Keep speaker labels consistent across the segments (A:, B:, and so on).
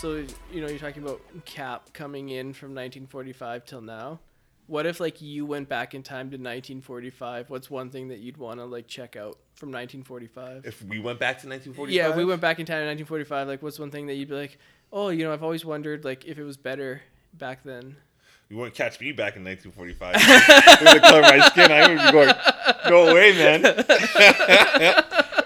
A: So you know you're talking about Cap coming in from 1945 till now. What if like you went back in time to 1945? What's one thing that you'd want to like check out from 1945?
B: If we went back to 1945,
A: Yeah, if we went back in time to 1945. Like, what's one thing that you'd be like, oh, you know, I've always wondered like if it was better back then.
B: You wouldn't catch me back in 1945. With the color of my skin, I would be going, "No way, man!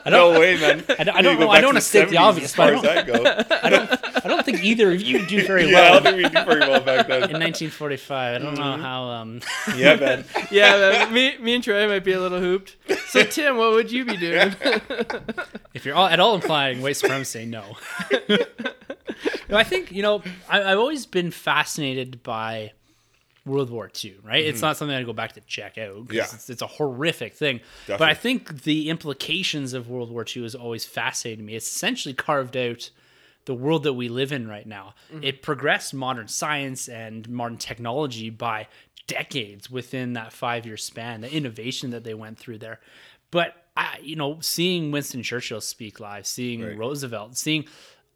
B: no way, man!"
C: I don't, I
B: You
C: don't
B: go
C: know. I don't
B: back to
C: want to state the
B: 70s
C: obvious,
B: As far
C: but I
B: as
C: don't,
B: I go, yeah,
C: I don't. I don't think either of you do very
B: I
C: well
B: don't think we did very well back then.
C: in 1945. I don't
B: Mm-hmm.
C: know how. Um,
B: Yeah, man.
A: Yeah, but me, me and Troy might be a little hooped. So Tim, what would you be doing?
C: if you're all, at all implying white supremacy, no. no, I think you know. I, I've always been fascinated by World War II. Right? It's not something I go back to check out. 'cause
B: Yeah.
C: it's, it's a horrific thing. But
B: Definitely.
C: I think the implications of World War II has always fascinated me. It's essentially carved out the world that we live in right now. It progressed modern science and modern technology by decades within that five year span, the innovation that they went through there. But I, you know, seeing Winston Churchill speak live, seeing
B: Right.
C: Roosevelt, seeing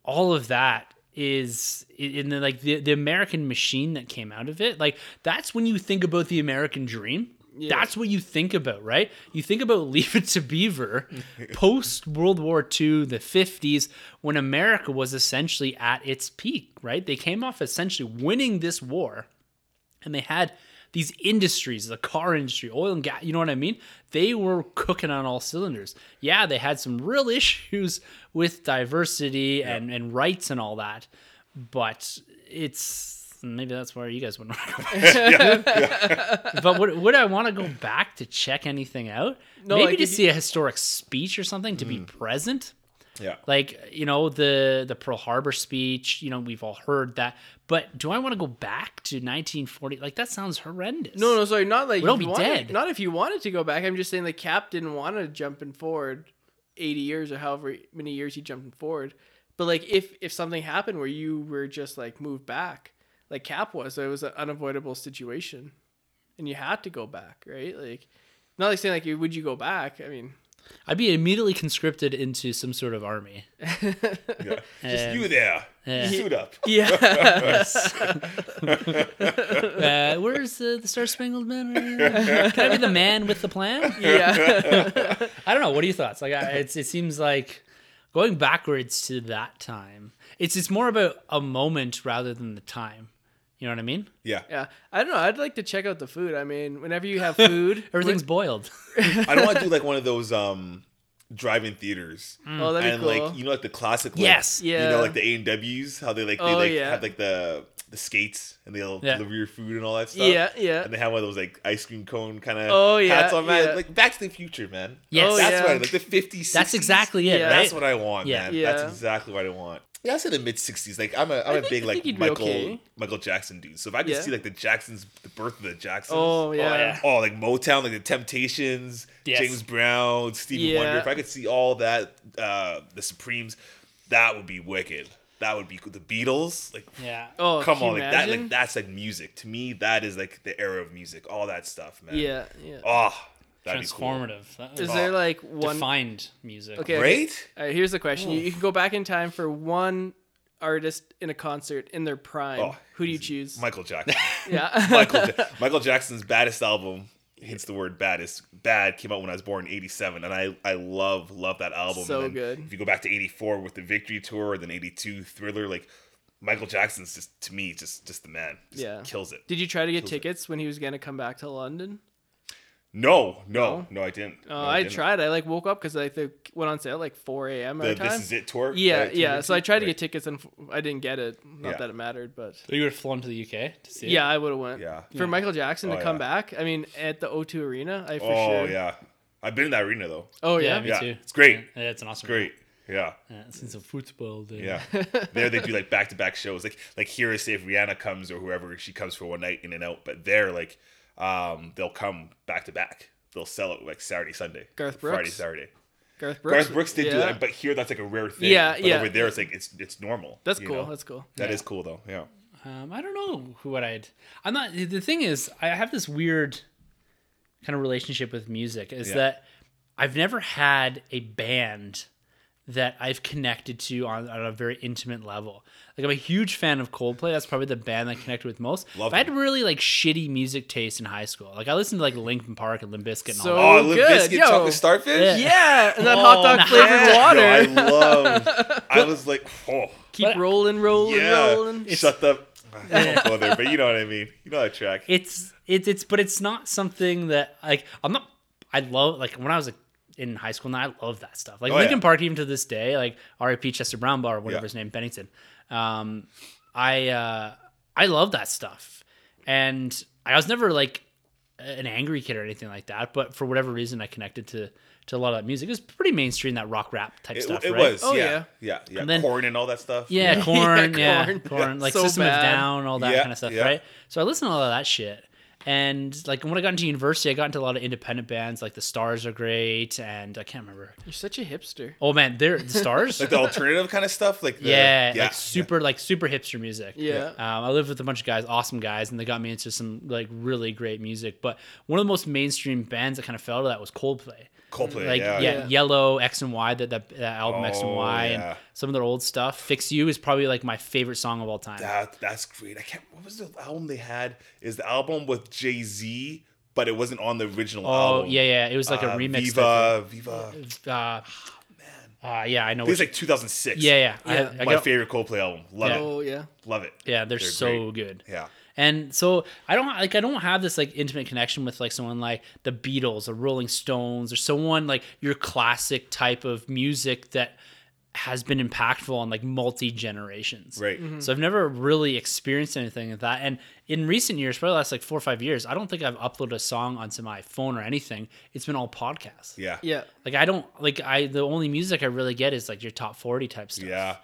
C: all of that is in the like the, the American machine that came out of it. Like that's when you think about the American dream. That's what you think about, right? You think about Leave It to Beaver post World War II, the 50s, when America was essentially at its peak, right? They came off essentially winning this war and they had these industries the car industry oil and gas you know what i mean they were cooking on all cylinders yeah they had some real issues with diversity and, and rights and all that but it's maybe that's where you guys would but would, would i want to go back to check anything out
A: No,
C: maybe
A: like,
C: to
A: if you- Mm.
C: see a historic speech or something to be present
B: Yeah.
C: like you know the the pearl harbor speech you know we've all heard that but do i want to go back to 1940 like that sounds horrendous
A: no, no, sorry, not like
C: We'd all
A: if you
C: be
A: wanted-
C: dead.
A: Not if you wanted to go back. I'm just saying like Cap didn't want to jump in forward 80 years or however many years he jumped forward. But like if if something happened where you were just like moved back, like Cap was, it was an unavoidable situation, and you had to go back, right? Like, not like saying like you- would you go back? I mean,
C: i'd be immediately conscripted into some sort of army
B: Yeah. Just
C: Um,
B: you there.
C: yeah.
B: You suit up.
A: yeah,
C: uh, where's the, the star spangled banner can i be the man with the plan
A: yeah.
C: I don't know. What are your thoughts? Like, I, it's it seems like going backwards to that time. It's it's more about a moment rather than the time. You know what I mean?
B: Yeah.
A: Yeah, I don't know. I'd like to check out the food. I mean, whenever you have food,
C: Everything's boiled.
A: Oh,
B: I don't want to do like one of those um drive-in theaters.
C: Mm.
A: oh, that'd be
B: and
A: cool.
B: like you know like the classic like,
C: Yes.
A: Yeah.
B: you know like the A and W's how they like they
A: Oh,
B: like
A: yeah.
B: have like the the skates and they'll
C: Yeah.
B: deliver your food and all that stuff.
A: yeah, yeah.
B: And they have one of those like ice cream cone kind of
A: Oh, yeah,
B: hats on man.
A: yeah.
B: Like Back to the Future, man.
C: Yes.
A: Oh,
B: that's
A: yeah.
B: what I like the 50s.
C: That's
B: 60s.
C: exactly it,
A: Yeah.
C: right?
B: That's what I want,
C: Yeah.
B: man.
A: Yeah.
B: That's exactly what I want. Yeah, I said the mid '60s. Like I'm a I'm a
A: think-
B: big
A: I
B: like
A: think you'd be
B: Michael
A: okay.
B: Michael Jackson dude. So if I could
A: Yeah.
B: see like the Jacksons, the birth of the Jacksons.
A: Oh yeah.
C: yeah.
B: Oh, like Motown, like the Temptations,
C: Yes.
B: James Brown, Stevie
A: Yeah.
B: Wonder. If I could see all that, uh, the Supremes, that would be wicked. That would be cool. the Beatles. Like,
C: yeah.
A: Oh,
B: come
A: can
B: on,
A: you
B: like that,
A: imagine?
B: like that's like music to me. That is like the era of music. All that stuff, man.
A: Yeah, yeah.
B: Oh, that'd be cool.
C: Transformative. That
A: Is
C: was
A: there like one?
C: defined music.
A: Okay.
B: Right?
A: All right, here's the question: you, you can go back in time for one artist in a concert in their prime.
B: Oh,
A: Who do you choose?
B: Michael Jackson.
A: yeah.
B: Michael, ja- Michael Jackson's baddest album. Hence the word baddest. Bad came out when I was born in '87, and I I love love that album.
A: So
B: And then
A: good.
B: If you go back to '84 with the Victory Tour, then '82 Thriller, like Michael Jackson's just to me just just the man. Just
A: Yeah.
B: kills it.
A: Did you try to get tickets when he was gonna come back to London?
B: No, no, no, I didn't.
A: Oh,
B: No,
A: I,
B: didn't.
A: tried. I like woke up because I think went on sale like 4 a.m.
B: The
A: our time.
B: This Is It tour.
A: yeah,
B: uh,
A: yeah.
B: tour
A: So I tried to
B: Right.
A: get tickets and f- I didn't get it. Not
B: Yeah.
A: that it mattered, but
C: So you would have flown to the UK to see
A: yeah,
C: it?
A: I would have went.
B: Yeah.
A: For Michael Jackson
B: Oh,
A: to come
B: yeah.
A: back, I mean, at the O2 Arena, I for
B: Oh
A: sure.
B: yeah, I've been in that arena though.
A: Oh
C: yeah,
A: yeah.
C: me
B: yeah,
C: too.
B: it's great.
C: Yeah, it's an awesome.
B: Great. Yeah.
C: Yeah, since a football day.
B: Yeah. there they do like back to back shows. Like like here say if Rihanna comes or whoever she comes for one night in and out, but there like um they'll come back to back. They'll sell it like Saturday, Sunday.
A: Garth
B: Friday,
A: Brooks?
B: Saturday.
A: Garth Brooks.
B: Garth Brooks did do
A: Yeah.
B: that, but here that's like a rare thing.
A: Yeah,
B: but
A: yeah.
B: Over there it's like it's it's normal.
A: That's
B: you
A: cool.
B: know?
A: That's cool.
B: That is cool though. Yeah.
C: Um, I don't know who what I'd. I'm not. The thing is, I have this weird kind of relationship with music. Is
B: Yeah.
C: that I've never had a band that I've connected to on, on a very intimate level. Like I'm a huge fan of Coldplay. That's probably the band I connected with most.
B: Love
C: But I had
B: them.
C: really like shitty music taste in high school. Like I listened to like Linkin Park and Limp Bizkit and all
A: So-
C: that.
B: Oh, Limp
A: good,
B: Bizkit
A: yo.
B: chocolate starfish.
A: Yeah, and that
C: Oh,
A: hot dog
C: nice.
A: flavored water.
B: Yo, I love. I was like, oh,
A: Keep
C: But-
A: rolling, rolling,
B: yeah.
A: rolling.
B: Shut the. I won't go there, but you know what I mean. You know that track.
C: it's it's it's but it's not something that like I'm not I love like when I was like, in high school now I love that stuff like
B: Oh,
C: Lincoln
B: yeah.
C: Park even to this day like R.I.P. Chester Brown bar or whatever
B: Yeah.
C: his name Bennington um I uh I love that stuff and I was never like an angry kid or anything like that but for whatever reason I connected to to a lot of that music it was pretty mainstream that rock rap type
B: It,
C: stuff
B: it
C: right?
B: was.
A: Oh,
B: yeah.
A: yeah.
B: Yeah. Yeah.
C: And then-
B: Corn and all that stuff.
C: Yeah, corn, yeah,
A: Yeah,
C: corn,
A: corn.
C: like
A: So
C: System of
A: bad.
C: Down, all that
B: Yeah,
C: kind of stuff,
B: yeah.
C: right? So I listened to all of that shit, and like when I got into university, I got into a lot of independent bands, like the Stars are great, and I can't remember.
A: You're such a hipster.
C: Oh man, they're the Stars.
B: Like the alternative kind of stuff. Like the,
C: yeah, like super, like super hipster music.
A: Yeah.
C: Um, I lived with a bunch of guys, awesome guys, and they got me into some like really great music. But one of the most mainstream bands that kind of fell to that was Coldplay.
B: Coldplay.
C: Like yeah,
B: yeah.
A: yeah.
C: Yellow, X and Y, that that, that album X and
B: Oh,
C: Y,
B: yeah.
C: and some of their old stuff. Fix You is probably like my favorite song of all time.
B: That that's great. I can't. What was the album they had? Is the album with Jay Z, but it wasn't on the original
C: Oh
B: album.
C: yeah, yeah. It was like a
B: Uh,
C: remix. type
B: Viva, Oh, Viva. I think
C: thing. Uh, man. Uh, yeah, I know.
B: it's
C: Which,
B: like 2006.
C: yeah, yeah. I-
A: Yeah.
C: I,
B: My
C: got-
B: favorite Coldplay album. Love
C: Yeah.
B: it.
A: Oh yeah.
B: Love it.
C: Yeah, they're,
B: They're
C: so good.
B: Yeah.
C: And so I don't like I don't have this like intimate connection with like someone like the Beatles or Rolling Stones or someone like your classic type of music that has been impactful on like multi generations.
B: Right.
C: So I've never really experienced anything like that. And in recent years, probably the last like four or five years, I don't think I've uploaded a song onto my phone or anything. It's been all podcasts.
B: Yeah.
A: Yeah.
C: Like I don't like I the only music I really get is like your top 40 type stuff.
B: Yeah.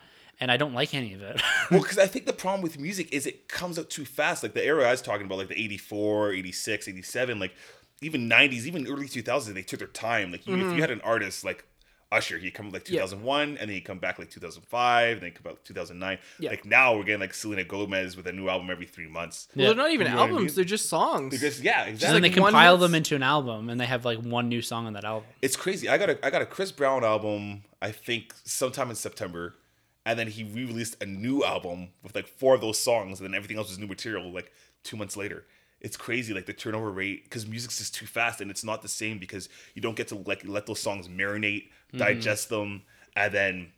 C: And I don't like any of it.
B: Well, because I think the problem with music is it comes out too fast. Like the era I was talking about, like the 84, 86, 87, like even 90s, even early 2000s, they took their time. Like you, if you had an artist like Usher, he'd come like 2001, and then he'd come back like 2005, and then he'd come back like 2009.
A: Yeah.
B: Like now we're getting like Selena Gomez with a new album every three months.
A: Well, they're not even
B: You know what I
A: albums.
B: mean?
A: They're just songs.
B: Because, yeah,
C: and
B: exactly.
C: then they
A: like one
C: compile
A: hits.
C: them into an album and they have like one new song on that album.
B: it's crazy. I got a I got a Chris Brown album, I think sometime in September, and then he re-released a new album with like four of those songs, and then everything else was new material like two months later. It's crazy, like the turnover rate, because music's just too fast, and it's not the same because you don't get to like let those songs marinate, digest them, and then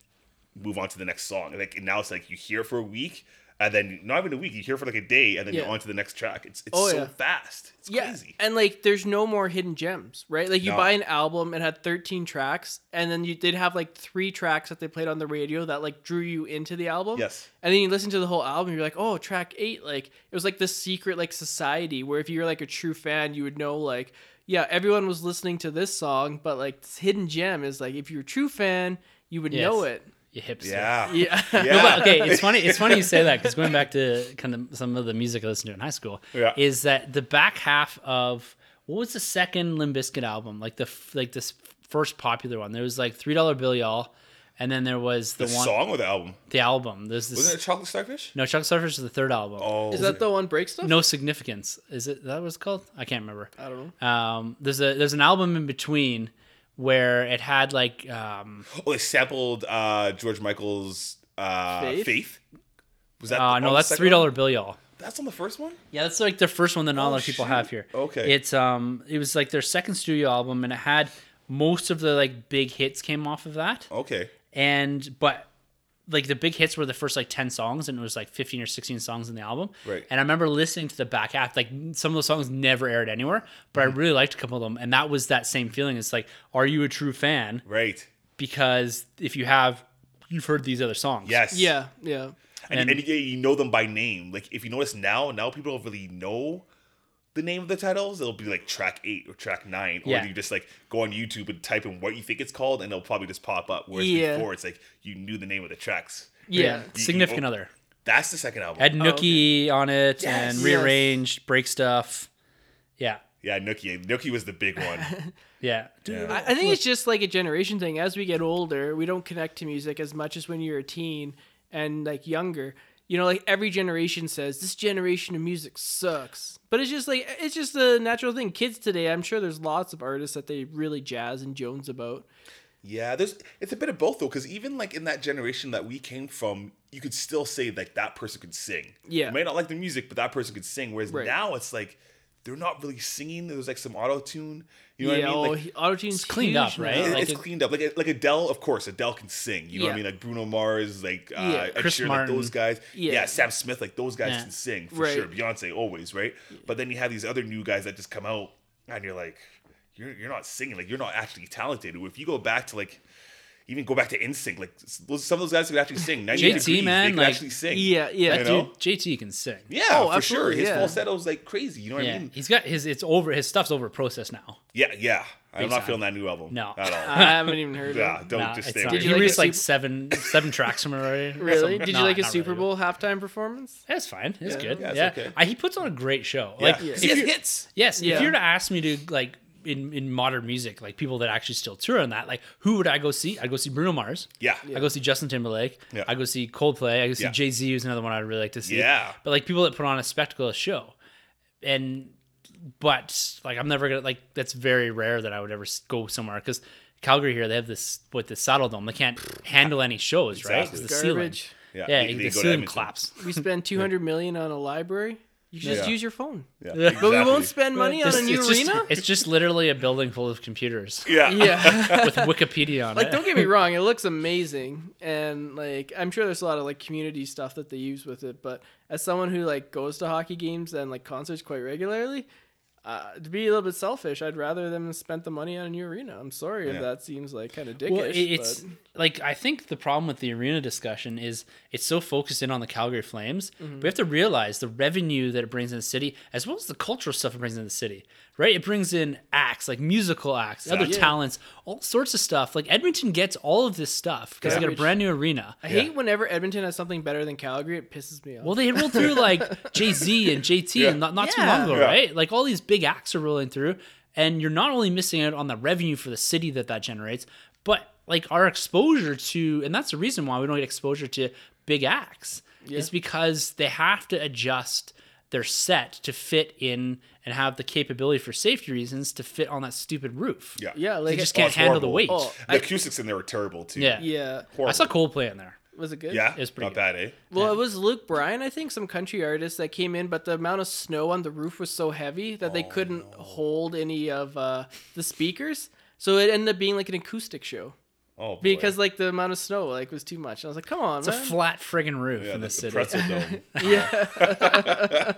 B: move on to the next song. Like now it's like you hear for a week, and then not even a week, you hear for like a day, and then
A: Yeah.
B: you're on to the next track. It's it's
A: Oh,
B: so
A: yeah.
B: fast. It's
A: yeah.
B: crazy.
A: And like, there's no more hidden gems, right? Like, you
B: No.
A: buy an album, it had 13 tracks, and then you did have like three tracks that they played on the radio that like drew you into the album.
B: Yes.
A: And then you listen to the whole album, you're like, oh, track eight. Like, it was like this secret like society where if you're like a true fan, you would know like, yeah, everyone was listening to this song, but like this hidden gem is like if you're a true fan, you would
C: Yes.
A: know it.
C: You hipster.
B: Yeah.
A: Yeah.
B: Yeah.
C: But, okay, it's funny. It's funny you say that because going back to kind of some of the music I listened to in high school
B: Yeah.
C: is that the back half of what was the second Limp Bizkit album? Like the f- like this first popular one. There was like three dollar bill y'all, and then there was the,
B: The
C: one
B: song or the album?
C: the album. There's this
B: Wasn't it Chocolate Starfish?
C: no Chuck Surfers is the third album.
B: Oh,
A: Is that the one break stuff?
C: No significance. Is it that was called? I can't remember.
A: I don't know.
C: Um, there's a there's an album in between where it had like um,
B: oh, they sampled uh, George Michael's uh, Faith?
A: Faith?
B: Was that?
C: uh,
B: on
C: no
B: Oh, the
C: that's
B: second
C: three
B: one?
C: dollar bill y'all.
B: That's on the first one.
C: Yeah, that's like the first one that not a lot of people
B: shoot.
C: have here.
B: Okay.
C: It's um it was like their second studio album and it had most of the like big hits came off of that.
B: Okay.
C: And but like the big hits were the first like 10 songs and it was like 15 or 16 songs in the album.
B: Right.
C: And I remember listening to the back half like some of those songs never aired anywhere, but
B: Mm-hmm.
C: I really liked a couple of them and that was that same feeling. It's like are you a true fan
B: Right.
C: because if you have you've heard these other songs.
B: Yes.
A: Yeah. Yeah.
B: And,
C: And-
B: and, you, you know them by name. Like if you notice now, now people don't really know the name of the titles. It'll be like track eight or track nine,
C: Yeah.
B: or you just like go on YouTube and type in what you think it's called, and it'll probably just pop up. Whereas
A: Yeah.
B: before, it's like you knew the name of the tracks.
A: Yeah.
B: Oh.
C: Significant other.
B: That's the second album.
C: Had Nookie on it
B: Yes.
C: and
B: Yes.
C: rearranged, break stuff. Yeah.
B: yeah, Nookie. Nookie was the big one.
C: Yeah.
B: Yeah.
A: I, I think it's just like a generation thing. As we get older, we don't connect to music as much as when you're a teen and like younger. You know, like every generation says this generation of music sucks, but it's just like it's just a natural thing. Kids today, I'm sure there's lots of artists that they really jazz and jones about.
B: Yeah, there's it's a bit of both though, because even like in that generation that we came from, you could still say like that person could sing.
A: Yeah.
B: you may not like the music, but that person could sing. Whereas
A: Right.
B: now it's like they're not really singing. There's like some auto tune. You know
A: yeah,
B: what I mean?
A: oh,
B: Like,
A: he- autotune's
C: It's cleaned
A: huge
C: up,
A: now.
C: right?
B: it-
C: Uh, like
B: it's
C: it-
B: cleaned up. Like like Adele, of course, Adele can sing. You know what I
A: Yeah.
B: mean? Like Bruno Mars, like uh,
A: Yeah.
B: Ed
C: Chris
B: Sheeran,
C: Martin.
B: like those guys.
A: Yeah.
B: Yeah. Sam Smith, like those guys
C: Yeah.
B: can sing for
A: Right.
B: sure. Beyonce always, right? But then you have these other new guys that just come out, and you're like, you're you're not singing. Like you're not actually talented. If you go back to like. Even go back to Instinct, like s- those- some of those guys could actually sing. 90
C: JT,
B: degrees,
C: man,
B: they could
C: like-
B: actually sing.
A: Yeah, yeah.
B: you
A: That
B: know?
C: Dude, JT can sing.
B: yeah,
A: Oh,
B: for sure.
A: absolutely,
B: His
A: yeah.
B: falsetto's like crazy. You know what I
C: Yeah.
B: mean?
C: He's got his it's over his stuff's over processed now.
B: Yeah, yeah. I'm not
C: time.
B: feeling that new album.
C: No.
B: at all.
A: I haven't even heard. of
B: yeah,
A: it.
B: don't
C: Nah,
B: just
C: it's
B: stay.
C: not.
B: away
A: Did
C: He
A: you like
C: released
A: it?
C: like seven seven tracks from it already.
A: Really? Did you
C: Nah,
A: like his
C: not
A: Super
C: really.
A: Bowl halftime performance?
C: That's fine. It's good.
B: Yeah,
C: Yeah,
B: it's okay.
C: I, he puts on a great show.
B: Yeah.
C: Like
B: 'Cause
C: if
B: he has
C: you're-
B: hits.
C: Yes,
A: Yeah.
C: if you were to ask me to like in in modern music, like people that actually still tour on that, like who would I go see? I'd go see Bruno Mars.
B: Yeah.
C: I go see Justin Timberlake.
B: Yeah.
C: I go see Coldplay. I go see
B: Yeah.
C: Jay Z, who's another one I'd really like to see.
B: Yeah.
C: But like people that put on a spectacle a show, and but like I'm never gonna like that's very rare that I would ever s- go somewhere because Calgary here they have this with the Saddle Dome they can't handle any shows right 'Cause
B: Exactly.
C: the ceiling
A: Garbage.
B: Yeah,
C: yeah
B: they- they
C: the
B: go to
C: ceiling
B: Edmonton.
C: collapse.
A: We spend 200 million on a library. You should just
B: Yeah.
A: use your phone.
B: Yeah,
C: Yeah.
A: But we
B: exactly.
A: won't spend money on a
C: It's-
A: new
C: it's just-
A: arena.
C: it's just literally a building full of computers
B: Yeah.
A: yeah.
C: with Wikipedia on
A: like,
C: it.
A: don't get me wrong, it looks amazing, and like I'm sure there's a lot of like community stuff that they use with it. But as someone who like goes to hockey games and like concerts quite regularly, uh, to be a little bit selfish, I'd rather them spend the money on a new arena. I'm sorry if
B: Yeah.
A: that seems like kind of dickish.
C: Well, it- it's
A: but-
C: like I think the problem with the arena discussion is it's so focused in on the Calgary Flames.
A: Mm-hmm.
C: We have to realize the revenue that it brings in the city, as well as the cultural stuff it brings in the city. Right? It brings in acts like musical acts, other
B: Exactly.
C: talents, all sorts of stuff. Like Edmonton gets all of this stuff because they got a
A: Garbage.
C: brand new arena.
A: I hate whenever Edmonton has something better than Calgary. It pisses me off.
C: Well, they rolled through like Jay Z and JT and not, not too
A: Yeah.
C: long ago,
B: Yeah.
C: right? Like all these big acts are rolling through, and you're not only missing out on the revenue for the city that that generates, but like our exposure to, and that's the reason why we don't get exposure to big acts, is because they have to adjust their set to fit in and have the capability for safety reasons to fit on that stupid roof.
B: Yeah.
A: yeah,
C: They
A: like
C: just
B: Oh,
C: can't
B: it's
C: handle the
B: horrible.
C: weight.
A: Oh,
B: The acoustics in there were terrible too.
C: Yeah.
A: yeah.
C: I
B: Horrible.
C: saw Coldplay in there.
A: Was it good?
B: Yeah.
C: was pretty
B: not
C: good.
B: bad, eh?
A: Well, it was Luke Bryan, I think, some country artist that came in, but the amount of snow on the roof was so heavy that they couldn't hold any of uh, the speakers. So it ended up being like an acoustic show
B: Oh, boy.
A: because like the amount of snow like was too much. And I was like, come on,
C: It's a
A: man.
C: flat friggin' roof
B: yeah,
C: in the,
B: the, the
C: city.
B: pretzel dome.
A: yeah,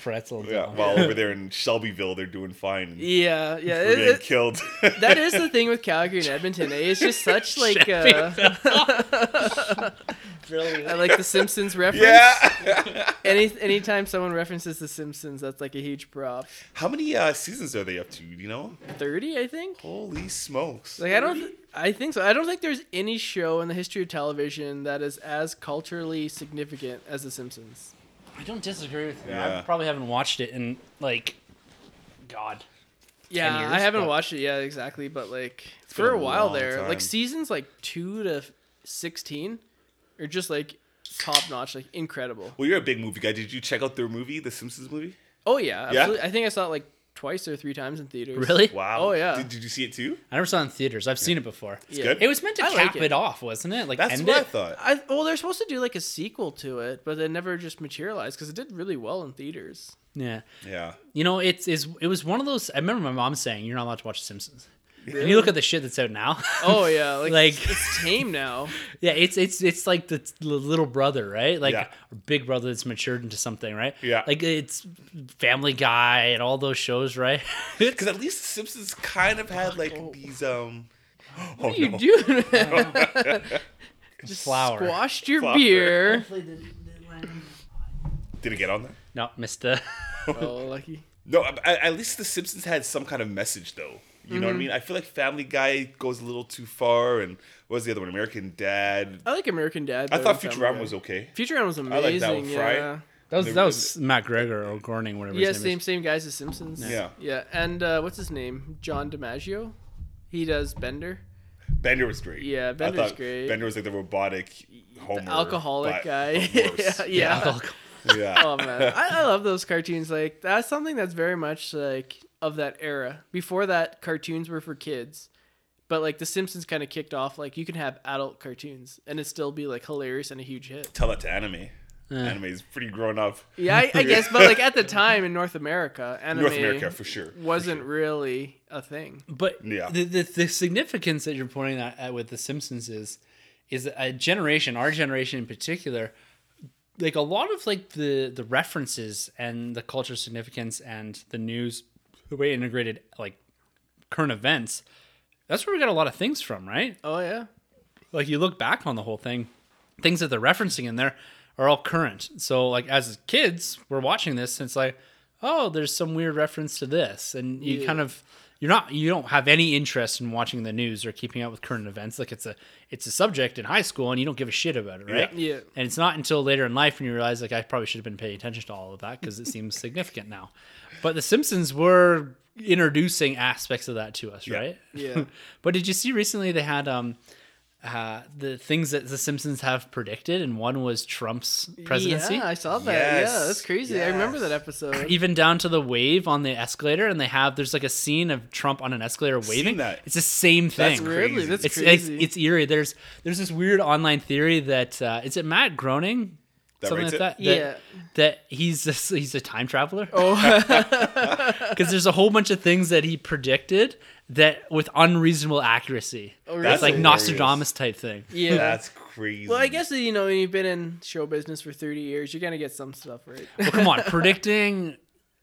C: pretzel
B: yeah,
C: dome.
B: while over there in Shelbyville, they're doing fine. Yeah.
A: yeah, yeah.
B: They're
A: It-
B: getting
A: it-
B: killed.
A: that is the thing with Calgary and Edmonton. Eh? It's just such like uh, I like the Simpsons reference.
B: yeah.
A: Any anytime someone references the Simpsons, that's like a huge prop.
B: How many uh, seasons are they up to? do You know?
A: Thirty, I think.
B: Holy smokes.
A: Like I don't, I think so. I don't think there's any show in the history of television that is as culturally significant as The Simpsons.
C: I don't disagree with you. I
B: Yeah.
C: probably haven't watched it in like, God,
A: Yeah,
C: years,
A: I haven't
C: but-
A: watched it yet exactly, but like
B: been
A: for
B: a
A: a while
B: long
A: there,
B: time.
A: like seasons like two to sixteen, are just like top notch, like incredible.
B: well, you're a big movie guy. Did you check out their movie, the Simpsons movie?
A: Oh yeah,
B: Yeah?
A: absolutely. I think I saw it like twice or three times in theaters.
C: really?
B: Wow.
A: Oh, yeah.
B: Did, did you see it too?
C: I never saw it in theaters. I've seen it before.
A: Yeah.
B: good.
C: It was meant to
A: I like
C: cap
A: it.
C: it. off, wasn't it? Like
B: That's
C: end
B: what I
C: it.
B: thought.
A: I well, they're supposed to do like a sequel to it, but it never just materialized because it did really well in theaters.
C: Yeah.
B: Yeah.
C: You know, it's is it was one of those. I remember my mom saying, "You're not allowed to watch The Simpsons." And you look at the shit that's out now.
A: Oh yeah, like,
C: Like-
A: it's, it's tame now.
C: yeah, it's it's it's like the t- the little brother, right? Like
B: Yeah.
C: or big brother that's matured into something, right?
B: Yeah.
C: Like it's Family Guy and all those shows, right?
B: Because at least the Simpsons kind of had like these um. Oh
A: What are you
B: no.
A: doing?
C: Just flower.
A: Squashed your
B: Flower.
A: beer.
B: Did it get on there?
C: No, missed the
A: Oh, lucky.
B: No, I- I- at least The Simpsons had some kind of message, though. You
A: Mm-hmm.
B: know what I mean? I feel like Family Guy goes a little too far, and what was the other one? American Dad.
A: I like American Dad.
B: I
A: though,
B: thought
A: and Family
B: Futurama
A: Guy.
B: was okay.
A: Futurama was amazing.
B: I like that one, Fry.
A: Yeah.
C: That was
B: They-
C: that was Matt Gregor or Gorning, whatever.
A: Yeah,
C: his name
A: same
C: Is.
A: same guy as The Simpsons.
B: Yeah.
A: Yeah, and uh, what's his name? John DiMaggio. He does Bender.
B: Bender was great.
A: Yeah,
B: I
A: Bender's
B: thought
A: great.
B: Bender was like the robotic Homer,
A: the alcoholic
B: but
A: guy.
B: worse.
A: yeah, yeah.
B: yeah.
A: Oh man, I, I love those cartoons. Like that's something that's very much like of that era. Before that, cartoons were for kids, but like The Simpsons kind of kicked off. Like you can have adult cartoons and it still be like hilarious and a huge hit.
B: Tell that to anime. Anime is pretty grown up.
A: Yeah, I, I guess, but like at the time in North America, anime
B: North America for sure.
A: wasn't really a thing.
C: But
B: Yeah.
C: the, the the significance that you're pointing at, at with the Simpsons is is a generation, our generation in particular, like a lot of like the the references and the cultural significance and the news, the way it integrated like current events. That's where we got a lot of things from, right?
A: Oh yeah,
C: like you look back on the whole thing, things that they're referencing in there are all current. So like as kids, we're watching this and it's like, oh, there's some weird reference to this, and you
A: Yeah.
C: kind of you're not you don't have any interest in watching the news or keeping up with current events. Like it's a it's a subject in high school and you don't give a shit about it, right?
A: Yeah. Yeah.
C: And it's not until later in life when you realize like I probably should have been paying attention to all of that because it seems significant now. But the Simpsons were introducing aspects of that to us, right?
A: yeah.
C: But did you see recently they had um uh the things that the Simpsons have predicted and one was Trump's presidency?
A: Yeah, I saw that. Yeah,
B: Yes,
A: that's crazy. I remember that
B: yes.
A: episode.
C: Even down to the wave on the escalator and they have there's like a scene of Trump on an escalator waving.
B: that.
C: It's the same thing.
B: That's
A: Really?
B: crazy.
A: That's
C: It's, it's
A: crazy.
C: it's eerie. There's there's this weird online theory that uh is it Matt Groening?
B: That
C: Something like
B: writes it?
C: that, that.
A: Yeah.
C: That he's a, he's a time traveler.
A: oh,
C: because there's a whole bunch of things that he predicted that with unreasonable accuracy.
A: Oh,
C: It's like
A: really?
C: Nostradamus type thing.
A: yeah.
B: That's crazy.
A: well, I guess you know when you've been in show business for thirty years, you're gonna get some stuff right.
C: Well, come on, predicting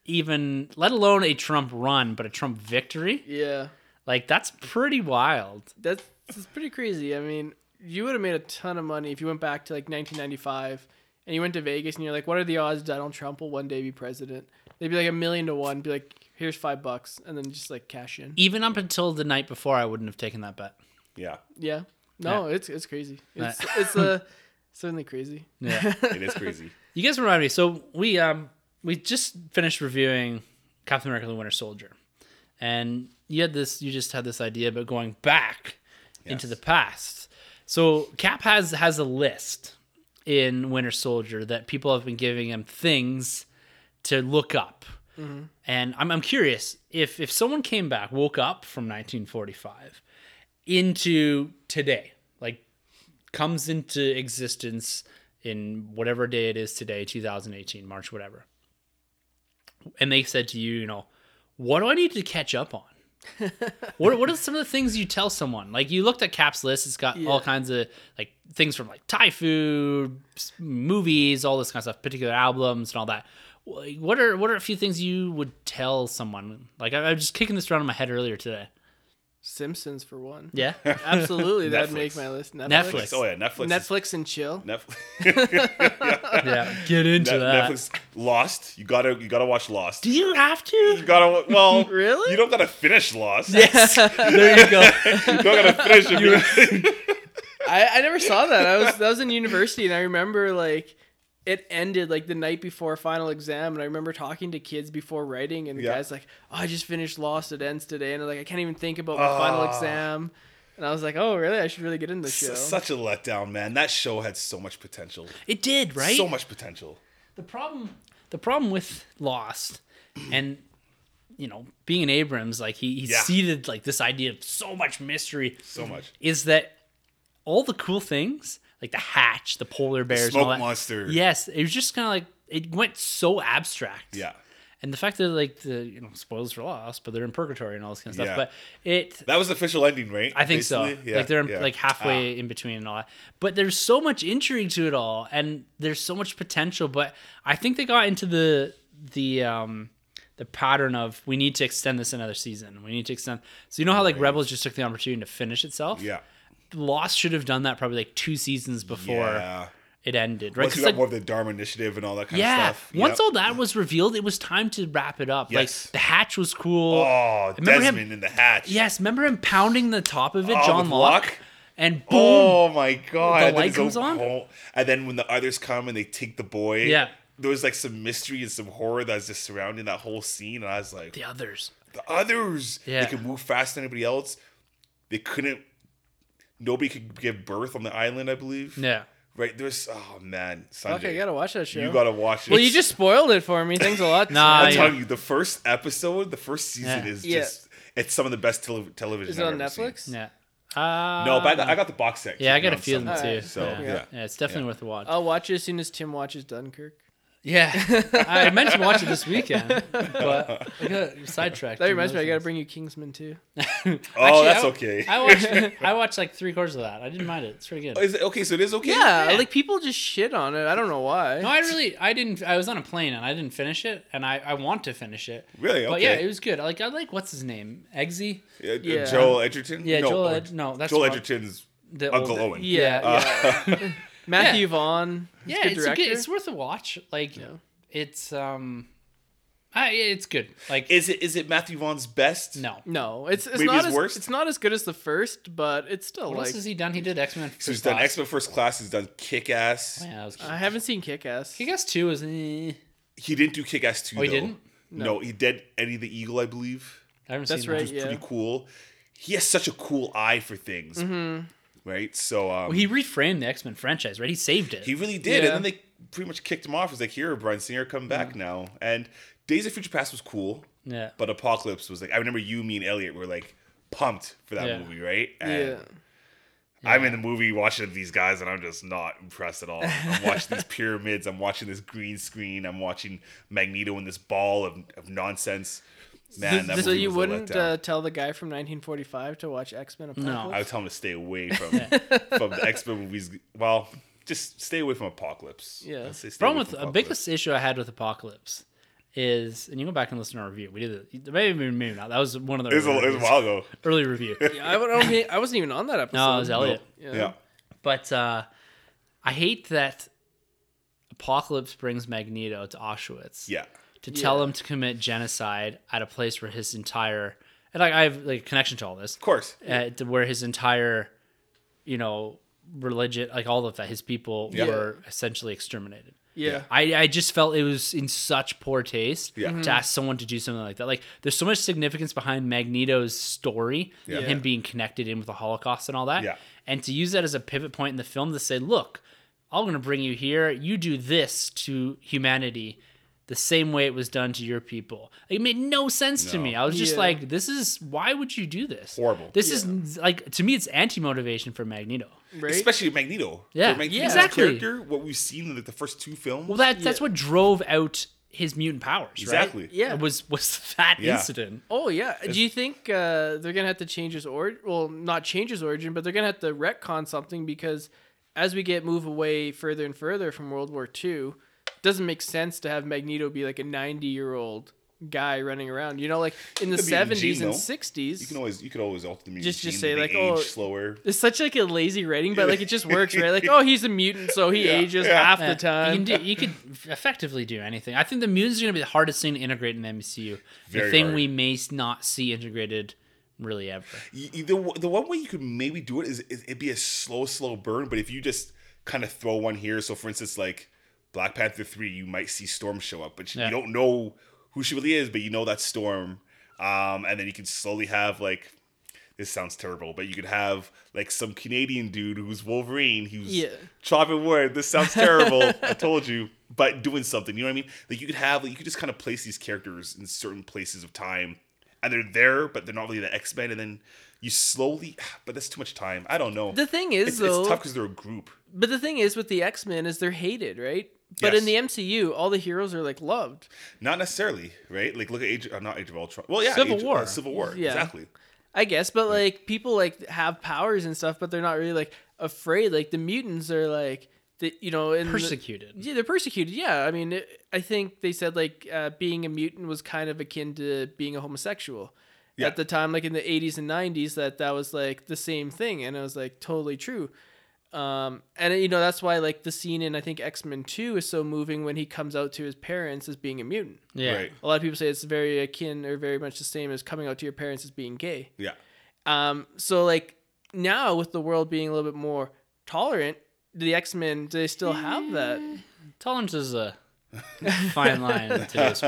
C: even let alone a Trump run, but a Trump victory,
A: yeah,
C: like that's pretty wild.
A: that's, that's pretty crazy. I mean, you would have made a ton of money if you went back to like 1995 and you went to Vegas and you're like, "What are the odds Donald Trump will one day be president?" They'd be like a million to one. Be like, "Here's five bucks," and then just like cash in.
C: Even up until the night before, I wouldn't have taken that bet.
B: Yeah,
A: Yeah. No, it's it's crazy. It's it's uh, certainly crazy.
C: Yeah,
B: it is crazy.
C: you guys remind me. So we um we just finished reviewing Captain America: The Winter Soldier, and you had this. You just had this idea about going back into the past. So Cap has has a list in Winter Soldier that people have been giving him things to look up. And I'm, I'm curious if if someone came back, woke up from 1945 into today, like comes into existence in whatever day it is today, 2018, March, whatever. And they said to you, you know, what do I need to catch up on? what, what are some of the things you tell someone? Like you looked at Cap's list, it's got all kinds of like things from like Thai food, s- movies, all this kind of stuff, particular albums and all that. Like, What are what are a few things you would tell someone? Like I, I was just kicking this around in my head earlier today.
A: Simpsons for one.
C: Yeah,
A: Absolutely, that'd
B: Netflix.
A: make my list.
C: Netflix.
A: Netflix.
B: Oh yeah, Netflix. is-
A: Netflix and chill.
B: Netflix.
C: yeah. Get into that.
B: Netflix. Lost. You gotta. You gotta watch Lost.
C: Do you have to?
B: You gotta. Well,
A: Really?
B: You don't gotta finish Lost.
C: Yes. there you go.
B: You don't gotta finish it.
A: I, I never saw that. I was I was in university and I remember like it ended like the night before final exam and I remember talking to kids before writing and the
B: Yeah.
A: guys like, Oh, I just finished Lost, it ends today and they're like I can't even think about my
B: Ah.
A: final exam and I was like, Oh really? I should really get into this show.
B: S- Such a letdown, man. That show had so much potential.
C: It did, right?
B: So much potential.
C: The problem, the problem with Lost, and you know, being an Abrams, like he he
B: Yeah.
C: seeded like this idea of so much mystery,
B: So much.
C: is that all the cool things, like the hatch, the polar bears, and all
B: Smoke
C: that-
B: monster.
C: Yes, it was just kind of like it went so abstract.
B: Yeah.
C: And the fact that like the you know spoilers for Lost, but they're in purgatory and all this kind of stuff.
B: Yeah.
C: But it
B: That was the official ending, right?
C: I think so.
B: Basically? Yeah,
C: like they're
B: yeah. Ah.
C: like halfway in between and all that. But there's so much intrigue to it all, and there's so much potential. But I think they got into the the um the pattern of we need to extend this another season. We need to extend. So you know how like Rebels just took the opportunity to finish itself.
B: Yeah.
C: Lost should have done that probably like two seasons before.
B: Yeah.
C: it ended, right?
B: Once
C: 'Cause,
B: you got
C: like,
B: more of the Dharma Initiative and all that kind
C: yeah,
B: of stuff.
C: once
B: Yep.
C: all that was revealed, it was time to wrap it up.
B: Yes.
C: Like the hatch was cool.
B: Oh,
C: Remember him-
B: Desmond in the hatch.
C: Yes, remember him pounding the top of it,
B: Oh,
C: John
B: with
C: Locke,
B: Locke?
C: and boom.
B: Oh my god!
C: The
B: And then
C: light
B: it's so
C: comes on?
B: cold. and then when the others come and they take the boy,
C: Yeah.
B: there was like some mystery and some horror that was just surrounding that whole scene, and I was like,
C: The others.
B: the others,
C: Yeah.
B: they could move faster than anybody else. They couldn't. Nobody could give birth on the island, I believe.
C: Yeah.
B: Right? There's oh man, Sanjay,
A: Okay, I gotta watch that show.
B: you gotta watch it.
A: well, you just spoiled it for me. Thanks a lot.
C: Nah,
B: I'm
C: yeah.
B: telling you, the first episode, the first season
C: Yeah.
B: is
A: Yeah.
B: just it's some of the best tele- television.
A: Is it
B: I've
A: on
B: ever seen.
A: Netflix? Um,
C: Yeah. Uh,
B: No, but I got, I got the box set.
C: yeah, I
B: kicking
C: got a
B: on
C: few of them too.
B: Sunday,
A: Alright,
B: So
C: yeah.
B: yeah.
C: Yeah, it's definitely worth a watch.
A: I'll watch it as soon as Tim watches Dunkirk.
C: Yeah, I meant to watch it this weekend, but I got sidetracked.
A: That
C: doing
A: reminds me,
C: those
A: I gotta
C: things.
A: bring you Kingsman too.
B: Oh,
C: Actually,
B: that's
C: I-
B: okay. Oh,
C: I watched. I watched like three quarters of that. I didn't mind it. It's pretty good.
B: Is it, okay, so it is okay.
A: Yeah, like people just shit on it. I don't know why.
C: No, I really, I didn't. I was on a plane and I didn't finish it, and I, I want to finish it.
B: Really?
C: But yeah,
B: Okay.
C: it was good. I like, I like what's his name, Eggsy.
B: Uh, uh,
A: Yeah.
B: Joel Edgerton.
C: Yeah,
B: no,
C: Joel.
B: or-
C: Ed, no, that's
B: Joel
C: wrong.
B: Edgerton's
C: The
B: Uncle
C: old-
B: Owen.
C: Yeah, yeah,
B: Uh,
A: Matthew Vaughn. he's
C: yeah. it's
A: good
C: a good,
A: director.
C: It's worth a watch. Like, it's um, I, it's good. Like,
B: is it is it Matthew Vaughn's best?
C: no.
A: No, it's it's
B: Maybe
A: not
B: his
A: as
B: worst?
A: it's not as good as the first, but it's still
C: What
A: like
C: else has he done? He did X Men.
B: So he's done X Men First Class. He's done Kick Ass.
C: Oh, Yeah, that was
A: I haven't seen Kick Ass.
C: Kick Ass Two is. eh.
B: He didn't do Kick Ass two.
C: Oh, he
B: though.
C: didn't?
B: No. he did Eddie the Eagle, I believe.
C: I haven't
A: That's
C: seen
A: right.
C: That.
A: Yeah,
B: Pretty cool. He has such a cool eye for things. Right. So um,
C: Mm-hmm. Well, he reframed the X Men franchise, right? He saved it.
B: He really did.
A: Yeah.
B: And then they pretty much kicked him off. He's like, here, Brian Singer,
C: Mm.
B: come back now. And Days of Future Past was cool.
C: Yeah.
B: But Apocalypse was like, I remember you, me, and Elliot were like pumped for that
C: Yeah.
B: movie, right? And
A: yeah.
B: I'm in the movie watching these guys, and I'm just not impressed at all. I'm watching these pyramids. I'm watching this green screen. I'm watching Magneto in this ball of, of nonsense. Man, that
A: so
B: movie
A: you
B: was a
A: wouldn't
B: letdown.
A: uh, tell the guy from 1945 to watch X Men
B: I
A: Apocalypse?
B: would tell him to stay away from from the X Men movies. Well, just stay away from Apocalypse.
A: Yeah.
B: I'd say stay
C: problem
B: away
C: with
B: from
C: a
B: Apocalypse.
C: biggest issue I had with Apocalypse is, and you go back and listen to our review. We did it. Maybe maybe not. That was one of the
B: It was, a,
C: early,
B: it was a while ago.
C: early review.
A: Yeah, I, would, I, don't think- I wasn't even on that episode.
C: No, it was Elliot.
B: Yeah.
C: But uh, I hate that Apocalypse brings Magneto to Auschwitz
B: Yeah.
C: to tell him to commit genocide at a place where his entire and I, I have like a connection to all this.
B: Of course.
C: uh, to where his entire, you know, religion, like all of that, his people
B: Yeah.
C: were essentially exterminated.
A: yeah.
C: I, I just felt it was in such poor taste
B: Yeah. Mm-hmm.
C: to ask someone to do something like that. Like, there's so much significance behind Magneto's story and
A: Yeah.
C: him being connected in with the Holocaust and all that.
B: Yeah.
C: And to use that as a pivot point in the film to say, look, I'm going to bring you here. You do this to humanity the same way it was done to your people. It made no sense to me. I was just
A: Yeah.
C: like, this is why would you do this?
B: Horrible.
C: This is like, to me, it's anti motivation for Magneto.
A: Right?
B: Especially Magneto.
C: Yeah,
B: For Magneto's
C: yeah. Exactly.
B: character, what we've seen in like, the first two films.
C: Well, that, that's what drove out his mutant powers, right?
B: exactly.
A: yeah.
C: was was that
B: Yeah.
C: incident.
A: Oh yeah. Do you think uh, they're gonna have to change his origin? Well, not change his origin, but they're gonna have to retcon something because as we get move away further and further from World War II, doesn't make sense to have Magneto be like a ninety-year-old guy running around. You know, like in the
B: could be in
A: seventies
B: Gene,
A: and
B: though.
A: sixties.
B: You can always you could always alter the music.
A: Just- just say, like,
B: age
A: oh-
B: slower.
A: it's such like a lazy writing, but like it just works, right? Like, oh, he's a mutant, so he ages half
C: Yeah,
A: the time.
C: you, can do, you could effectively do anything. I think the mutants are going to be the hardest thing to integrate in the MCU. the
B: Very
C: thing
B: hard.
C: we may s- not see integrated really ever.
B: Y- y- The, w- the one way you could maybe do it is, is it'd be a slow, slow burn, but if you just kind of throw one here, so for instance, like Black Panther 3, you might see Storm show up, but you-
C: Yeah.
B: you don't know who she really is, but you know that's Storm. Um, and then you can slowly have like this sounds terrible, but you could have like some Canadian dude who's Wolverine, who's
A: Yeah.
B: chopping wood. This sounds terrible. I told you, but doing something. You know what I mean? Like you could have, like, you could just kind of place these characters in certain places of time, and they're there, but they're not really the X Men. And then you slowly, but that's too much time. I don't know.
A: the thing is,
B: it's,
A: though,
B: it's tough because they're a group.
A: But the thing is with the X Men is they're hated, right? But
B: Yes.
A: in the MCU, all the heroes are like loved.
B: Not necessarily, right? Like look at Age, uh, not Age of Ultron. Well, yeah,
C: Civil
B: Age-
C: War.
B: uh, Civil War,
A: Yeah.
B: exactly.
A: I guess, but like people like have powers and stuff, but they're not really like afraid. Like the mutants are like the you know in the-
C: Persecuted.
A: yeah, they're persecuted. Yeah, I mean, it, I think they said like uh, being a mutant was kind of akin to being a homosexual
B: Yeah.
A: at the time, like in the '80s and '90s. That that was like the same thing, and it was like totally true. Um, and you know that's why like the scene in I think X Men Two is so moving when he comes out to his parents as being a mutant.
C: Yeah.
B: Right.
A: A lot of people say it's very akin or very much the same as coming out to your parents as being gay.
B: Yeah.
A: Um, so like now with the world being a little bit more tolerant, the X Men they still have that.
C: Tolerance is a fine line in today's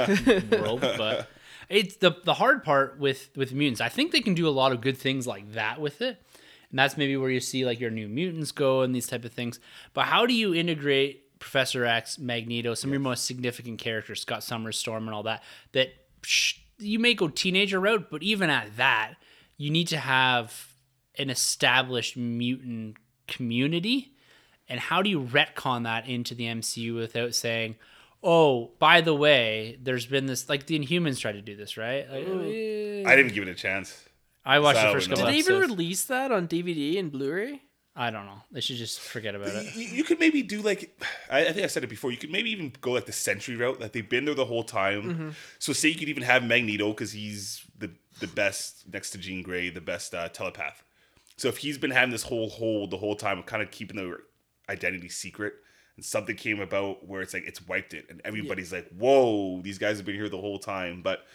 C: world, but it's the the hard part with with mutants. I think they can do a lot of good things like that with it, and that's maybe where you see like your new mutants go and these type of things. But how do you integrate Professor X, Magneto, some of your most significant characters, Scott Summers, Storm, and all that? That psh, you may go teenager route, but even at that, you need to have an established mutant community and how do you retcon that into the MCU without saying, "Oh, by the way, there's been this like the Inhumans tried to do this, right?" Like,
B: I didn't give it a chance.
C: I watched
B: So
C: the
B: I
C: first
B: wouldn't
C: couple
A: Did they
C: episodes.
A: even release that on DVD and Blu-ray?
C: I don't know. They should just forget about
B: You,
C: it.
B: you could maybe do like, I, I think I said it before. You could maybe even go like the Sentry route. Like they've been there the whole time.
C: Mm-hmm.
B: So say you could even have Magneto because he's the the best next to Jean Grey, the best uh, telepath. So if he's been having this whole hold the whole time, kind of keeping their identity secret, and something came about where it's like it's wiped it, and everybody's like, "Whoa, these guys have been here the whole time." But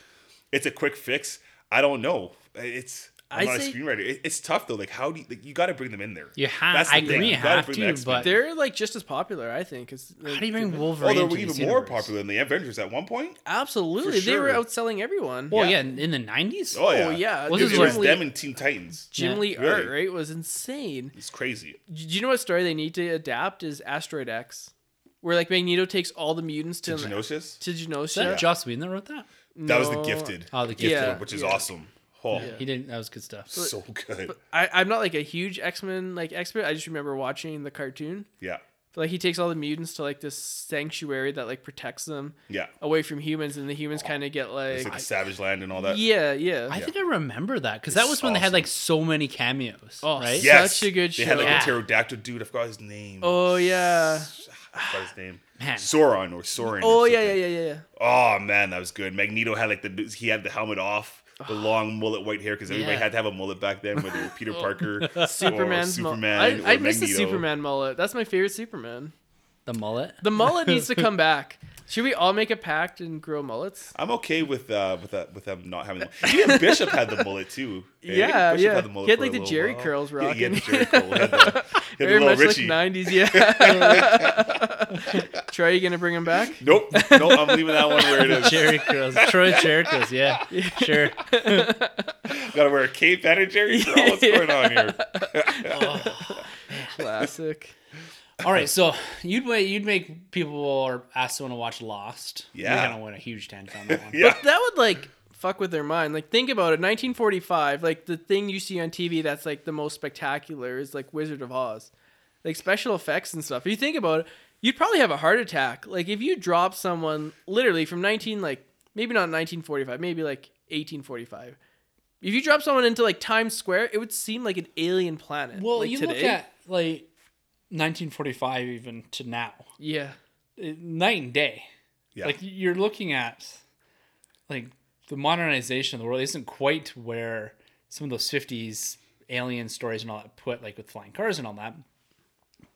B: it's a quick fix. I don't know. It's I'm
A: I
B: not
A: say-
B: a screenwriter. It- it's tough though. Like how do you, like, you got to bring them in there?
C: You have-
B: That's the
C: I agree,
B: thing.
C: you
B: gotta
C: have
B: bring
C: to,
B: the X-Men.
C: but-
A: They're like just as popular, I think. As,
C: How do you bring
B: Oh,
C: Wolverine?
B: they
C: to
B: were even
C: this
B: more
C: universe?
B: popular than the Avengers at one point.
A: Absolutely,
B: For
A: they were
B: sure.
A: outselling everyone.
C: Well,
B: Yeah.
C: yeah, in in the nineties.
B: Oh yeah,
A: Oh, yeah.
C: Well,
B: It,
C: this is
B: it
C: what-
B: was them and Teen Titans.
A: Jim
C: Yeah.
A: Lee
B: Really?
A: Art, right, was insane.
B: It's crazy.
A: Do you know what story they need to adapt is Asteroid X, where like Magneto takes all the mutants to
B: Geonosis.
A: to
C: Is that
A: Genosha.
C: Joss Whedon that wrote that?
B: That was the
A: No.
B: Gifted,
C: Oh, the
A: Yeah.
C: gift.
B: which is
A: yeah.
B: awesome. Oh,
C: He didn't. That was good stuff.
B: so good.
A: I, I'm not like a huge X Men like expert. I just remember watching the cartoon.
B: Yeah,
A: But, like he takes all the mutants to like this sanctuary that like protects them
B: yeah.
A: away from humans, and the humans kind of get
B: It's
A: like,
B: like uh, the Savage Land and all that.
A: yeah, yeah.
C: I think I remember that because that
B: It's
C: was when they had
B: awesome.
C: like so many cameos.
A: Oh,
C: right?
A: yeah.
B: Yes,
A: Such a good
B: They had like
C: show.
B: a pterodactyl dude. I forgot his name.
A: oh yeah.
B: I forgot his name.
C: Man.
B: Sauron or Soren.
A: Oh
B: or
A: yeah, yeah,
B: something.
A: yeah, yeah, yeah.
B: Oh man, that was good. Magneto had like the he had the helmet off, the long mullet white hair because everybody
C: Yeah.
B: had to have a mullet back then, whether it was Peter Parker, or
A: Oh. Superman's
B: Superman,
A: mullet.
B: or
A: I, I miss the
B: Magneto.
A: Superman mullet. That's my favorite Superman.
C: The mullet.
A: The mullet needs to come back. Should we all make a pact and grow mullets?
B: I'm okay with uh, with that with them not having. The Even Bishop had the mullet too. eh?
A: Yeah,
B: Bishop
A: yeah.
B: Had the mullet
A: He had,
B: for a
A: like, the
B: little
A: Jerry
B: while.
A: curls
B: Yeah, he had the
A: rocking.
B: Jerry curl. He had the, he had the
A: Very
B: little
A: much
B: Richie.
A: like '90s, yeah. Troy, you gonna bring him back?
B: Nope, no, I'm leaving that one where it is.
C: Jerry curls. Troy Jerry curls. Yeah. Sure.
B: Got to wear a cape and a Jerry curl. What's going on here?
A: Classic.
C: All right, so you'd wait, you'd make people or ask someone to watch Lost.
B: Yeah.
C: you're gonna win a huge tangent on that one.
B: Yeah,
A: that would like fuck with their mind. Like think about it. 1945, like the thing you see on TV that's like the most spectacular is like Wizard of Oz. Like special effects and stuff. If you think about it, you'd probably have a heart attack. Like if you drop someone literally from 19 like maybe not 1945, maybe like 1845. If you drop someone into like Times Square, it would seem like an alien planet.
C: Well,
A: like,
C: you
A: today.
C: look at like 1945 even to now,
A: yeah,
C: it- night and day.
B: Yeah.
C: Like you're looking at like the modernization of the world isn't quite where some of those 50s alien stories and all that put like with flying cars and all that,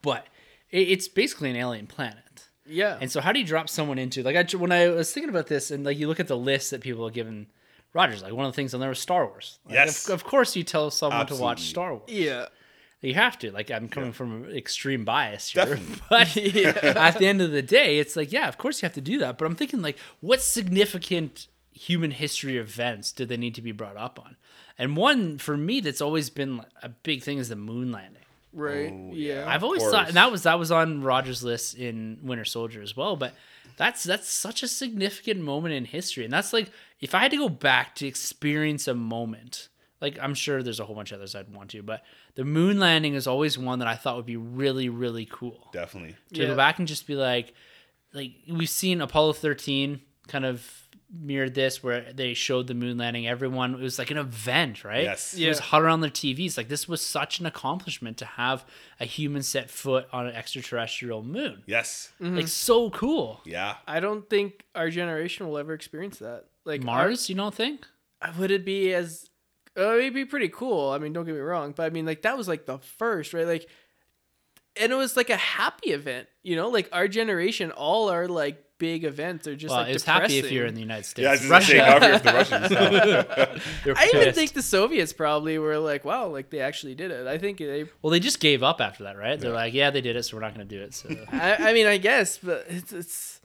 C: but it, it's basically an alien planet.
A: yeah.
C: And so, how do you drop someone into like I when I was thinking about this and like you look at the list that people have given Rogers, like one of the things on there was Star Wars. Like,
B: Yes.
C: of, of course you tell someone to watch
B: Absolutely.
C: Star Wars.
A: yeah.
C: You have to. Like I'm coming from an extreme bias here,
B: Definitely.
C: but at the end of the day, it's like yeah, of course you have to do that. But I'm thinking like, what significant human history events do they need to be brought up on? And one for me that's always been like, a big thing is the moon landing.
A: Right. yeah.
C: I've always
B: course.
C: thought, and that was that was on Rogers' list in Winter Soldier as well. But that's that's such a significant moment in history, and that's like if I had to go back to experience a moment, like I'm sure there's a whole bunch of others I'd want to, but the moon landing is always one that I thought would be really really cool
B: definitely.
C: to
A: Yeah.
C: go back and just be like, like we've seen Apollo 13 kind of mirrored this where they showed the moon landing. Everyone, it was like an event, right?
B: Yes.
C: It was
A: Yeah.
C: hot around their TVs. Like this was such an accomplishment to have a human set foot on an extraterrestrial moon.
B: Yes.
A: Mm. Mm-hmm.
C: Like so cool.
B: Yeah.
A: I don't think our generation will ever experience that. Like our-
C: Mars, you don't think?
A: would it be as oh, uh, it'd be pretty cool i mean don't get me wrong but i mean like that was like the first right like and it was like a happy event, you know, like our generation, all our like big events are just
C: Well,
A: like
C: it's
A: depressing.
C: happy if you're in the United States.
B: Yeah, I was just
C: Russia.
B: saying, how if the Russians now.
C: they're
A: I even
C: pissed.
A: think the Soviets probably were like, wow, like they actually did it. I think they.
C: Well, they just gave up after that, right? They're like, yeah, they did it, so we're not going to do it. So
A: I, I mean, I guess, but it's it's.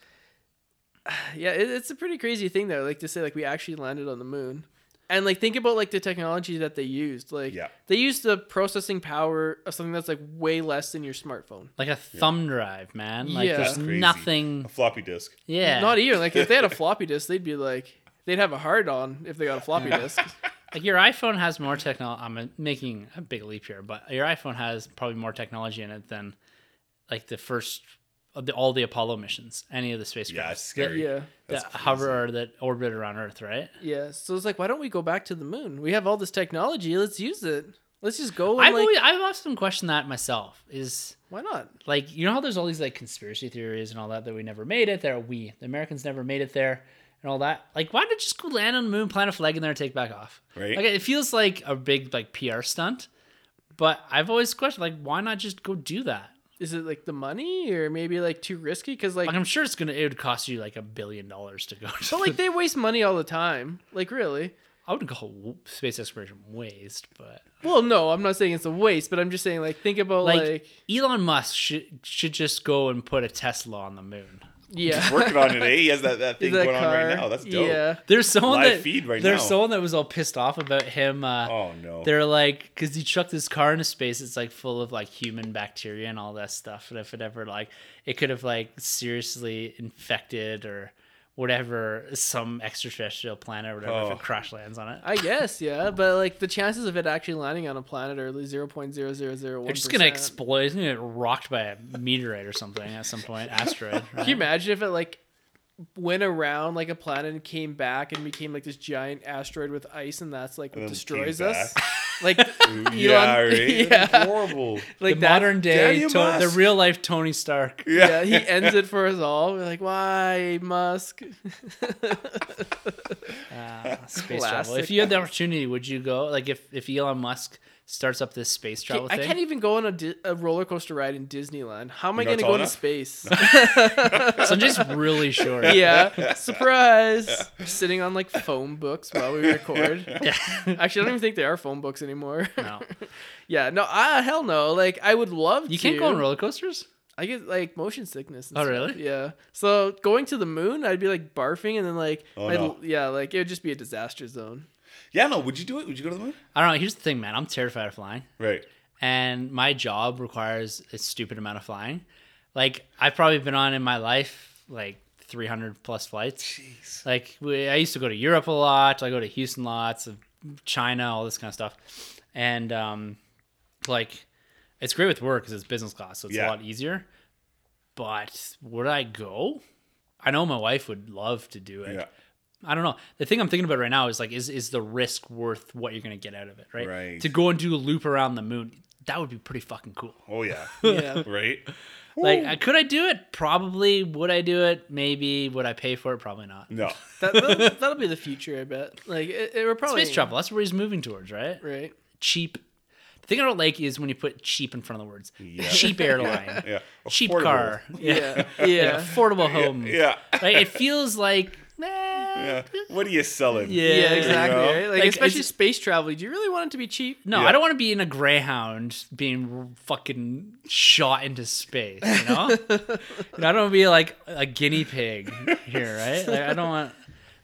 A: Yeah, it, it's a pretty crazy thing though. Like to say, like we actually landed on the moon, and like think about like the technology that they used. Like
B: Yeah.
A: they used the processing power of something that's like way less than your smartphone.
C: like a thumb drive, man. Like
A: Yeah.
C: there's
A: That's
B: Crazy. A
C: nothing.
B: floppy disk.
C: Yeah,
A: Not even like if they had a floppy disk, they'd be like they'd have a hard on if they got a floppy disk.
C: like your iPhone has more technology. I'm uh, making a big leap here, but your iPhone has probably more technology in it than like the first, uh, the, all the Apollo missions, any of the spacecraft.
B: Yeah, it's scary.
A: Yeah.
C: That,
B: That's
C: that
B: crazy.
C: hover or that orbit around Earth, right?
A: Yeah, so it's like, why don't we go back to the moon? We have all this technology. Let's use it. Let's just go. And
C: I've
A: like,
C: always, I've often questioned that myself. Is
A: why not?
C: like you know how there's all these like conspiracy theories and all that that we never made it there we the americans never made it there and all that like why not just go land on the moon plant a flag in there and take back off
B: Right.
C: like it feels like a big like pr stunt but i've always questioned like why not just go do that
A: Is it like the money or maybe like too risky? Because like,
C: like i'm sure it's gonna it would cost you like a billion dollars to go to
A: but like they waste money all the time. Like really?
C: i would call space exploration waste but
A: Well, no, I'm not saying it's a waste, but I'm just saying like think about like,
C: like, elon musk should should just go and put a tesla on the moon
A: yeah,
B: He's working on it, eh? He has that, that thing
A: That
B: going on right
A: car,
B: now. That's dope.
A: Yeah,
C: there's someone
B: Live
C: that
B: feed right
C: there's
B: now.
C: someone that was all pissed off about him uh
B: Oh, no.
C: They're like, because he chucked his car into space. It's like full of like human bacteria and all that stuff. And if it ever like, it could have like seriously infected or whatever some extraterrestrial planet or whatever
B: Oh.
C: if it crash lands on it.
A: I guess yeah, but like the chances of it actually landing on a planet are zero point zero zero zero one.
C: They're just gonna explode. It's gonna get rocked by a meteorite or something at some point, asteroid.
A: Can you
C: Right?
A: imagine if it like went around like a planet and came back and became like this giant asteroid with ice and that's like what
B: then
A: destroys
B: came
A: us? Like Elon,
B: yeah, right?
A: yeah,
B: Horrible.
A: like
C: the
A: that,
C: modern day,
B: Daddy
C: to- the
B: Musk.
C: real life Tony Stark.
A: Yeah, he ends it for us all. We're like, why Musk?
C: Uh, space travel. If
A: Classic.
C: you had the opportunity, would you go? Like if if Elon Musk starts up this space travel
A: I
C: thing,
A: can't even go on a, di- a roller coaster ride in Disneyland. How am I
B: You're
A: going
B: not
A: to
B: tall
A: go into
B: enough?
A: space?
C: so I'm just really short.
A: yeah, surprise! Sitting on like phone books while we record.
C: Yeah.
A: Actually, I don't even think they are phone books anymore.
C: No.
A: yeah, no, ah, hell no. Like, I would love
C: You
A: to.
C: can't go on roller coasters?
A: I get like motion sickness. and
C: Oh,
A: stuff.
C: really?
A: Yeah. So going to the moon, I'd be like barfing, and then like,
B: Oh,
A: I'd,
B: no.
A: yeah, like it would just be a disaster zone.
B: Yeah, no, would you do it? Would you go to the moon?
C: I don't know. Here's the thing, man. I'm terrified of flying.
B: Right.
C: And my job requires a stupid amount of flying. Like, I've probably been on in my life like 300 plus flights.
B: Jeez.
C: Like, we, I used to go to Europe a lot. I go to Houston lots, of China, all this kind of stuff. And, um, like, it's great with work because it's business class, so it's a
B: Yeah.
C: lot easier. But would I go? I know my wife would love to do it.
B: Yeah.
C: I don't know. The thing I'm thinking about right now is like, is is the risk worth what you're gonna get out of it, right?
B: Right.
C: To go and do a loop around the moon, that would be pretty fucking cool.
B: Oh, yeah.
A: Yeah.
B: right?
C: Like, I- could I do it? Probably. Would I do it? Maybe. Would I pay for it? Probably not.
B: No.
A: that, that'll, that'll be the future, I bet. Like it, it would probably
C: Space travel. That's where he's moving towards, right?
A: right?
C: Cheap. The thing I don't like is when you put cheap in front of the words.
B: Yeah.
C: Cheap airline.
B: Yeah.
C: Cheap
B: Affordable.
C: car.
A: Yeah, yeah.
C: Yeah. Affordable home.
B: Yeah.
C: Like, it feels like. nah,
B: yeah. What are you selling?
C: Yeah.
A: Yeah,
B: You
A: exactly.
B: know?
A: Right? Like,
C: Like,
A: especially
C: it's-
A: space travel. Do you really want it to be cheap?
C: No,
B: Yeah.
C: I don't want to be in a Greyhound being fucking shot into space, you know? and I don't want to be like a guinea pig here, right? Like, I don't want.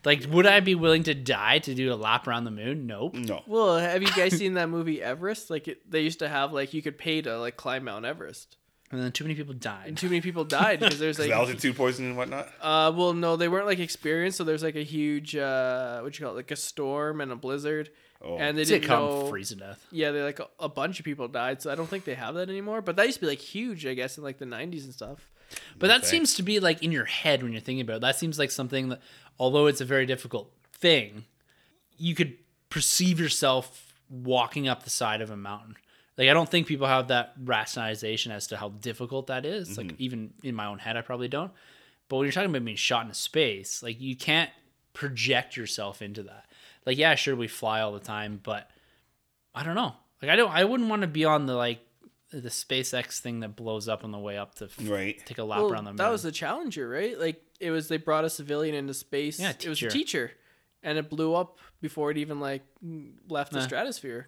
C: Like, would I be willing to die to do a lap around the moon? Nope.
B: No.
A: Well, have you guys seen that movie Everest? Like it, they used to have like you could pay to like climb Mount Everest,
C: And then too many people
A: and
C: died.
A: too many people died because there's like
B: altitude poisoning and whatnot.
A: Uh, well, no, they weren't like experienced. So there's like a huge, uh, what you call it, like a storm and a blizzard,
B: Oh.
A: and they
C: They
A: didn't
C: did come
A: know.
C: freeze to death.
A: Yeah, they like a, a bunch of people died. So I don't think they have that anymore. But that used to be like huge, I guess, in like the '90s and stuff.
C: But that
B: Okay.
C: seems to be like in your head when you're thinking about it. That seems like something that, although it's a very difficult thing, you could perceive yourself walking up the side of a mountain. Like, I don't think people have that rationalization as to how difficult that is. Like,
B: Mm-hmm.
C: even in my own head, I probably don't. But when you're talking about being shot into space, like, you can't project yourself into that. Like, yeah, sure, we fly all the time, but I don't know. Like, I don't, I wouldn't want to be on the like, the SpaceX thing that blows up on the way up to f-
B: Right.
C: take a lap
A: Well,
C: around the moon.
A: that was the Challenger, right? Like it was they brought a civilian into space.
C: Yeah,
A: it was a
C: teacher.
A: teacher, and it blew up before it even like left the
C: Nah.
A: stratosphere.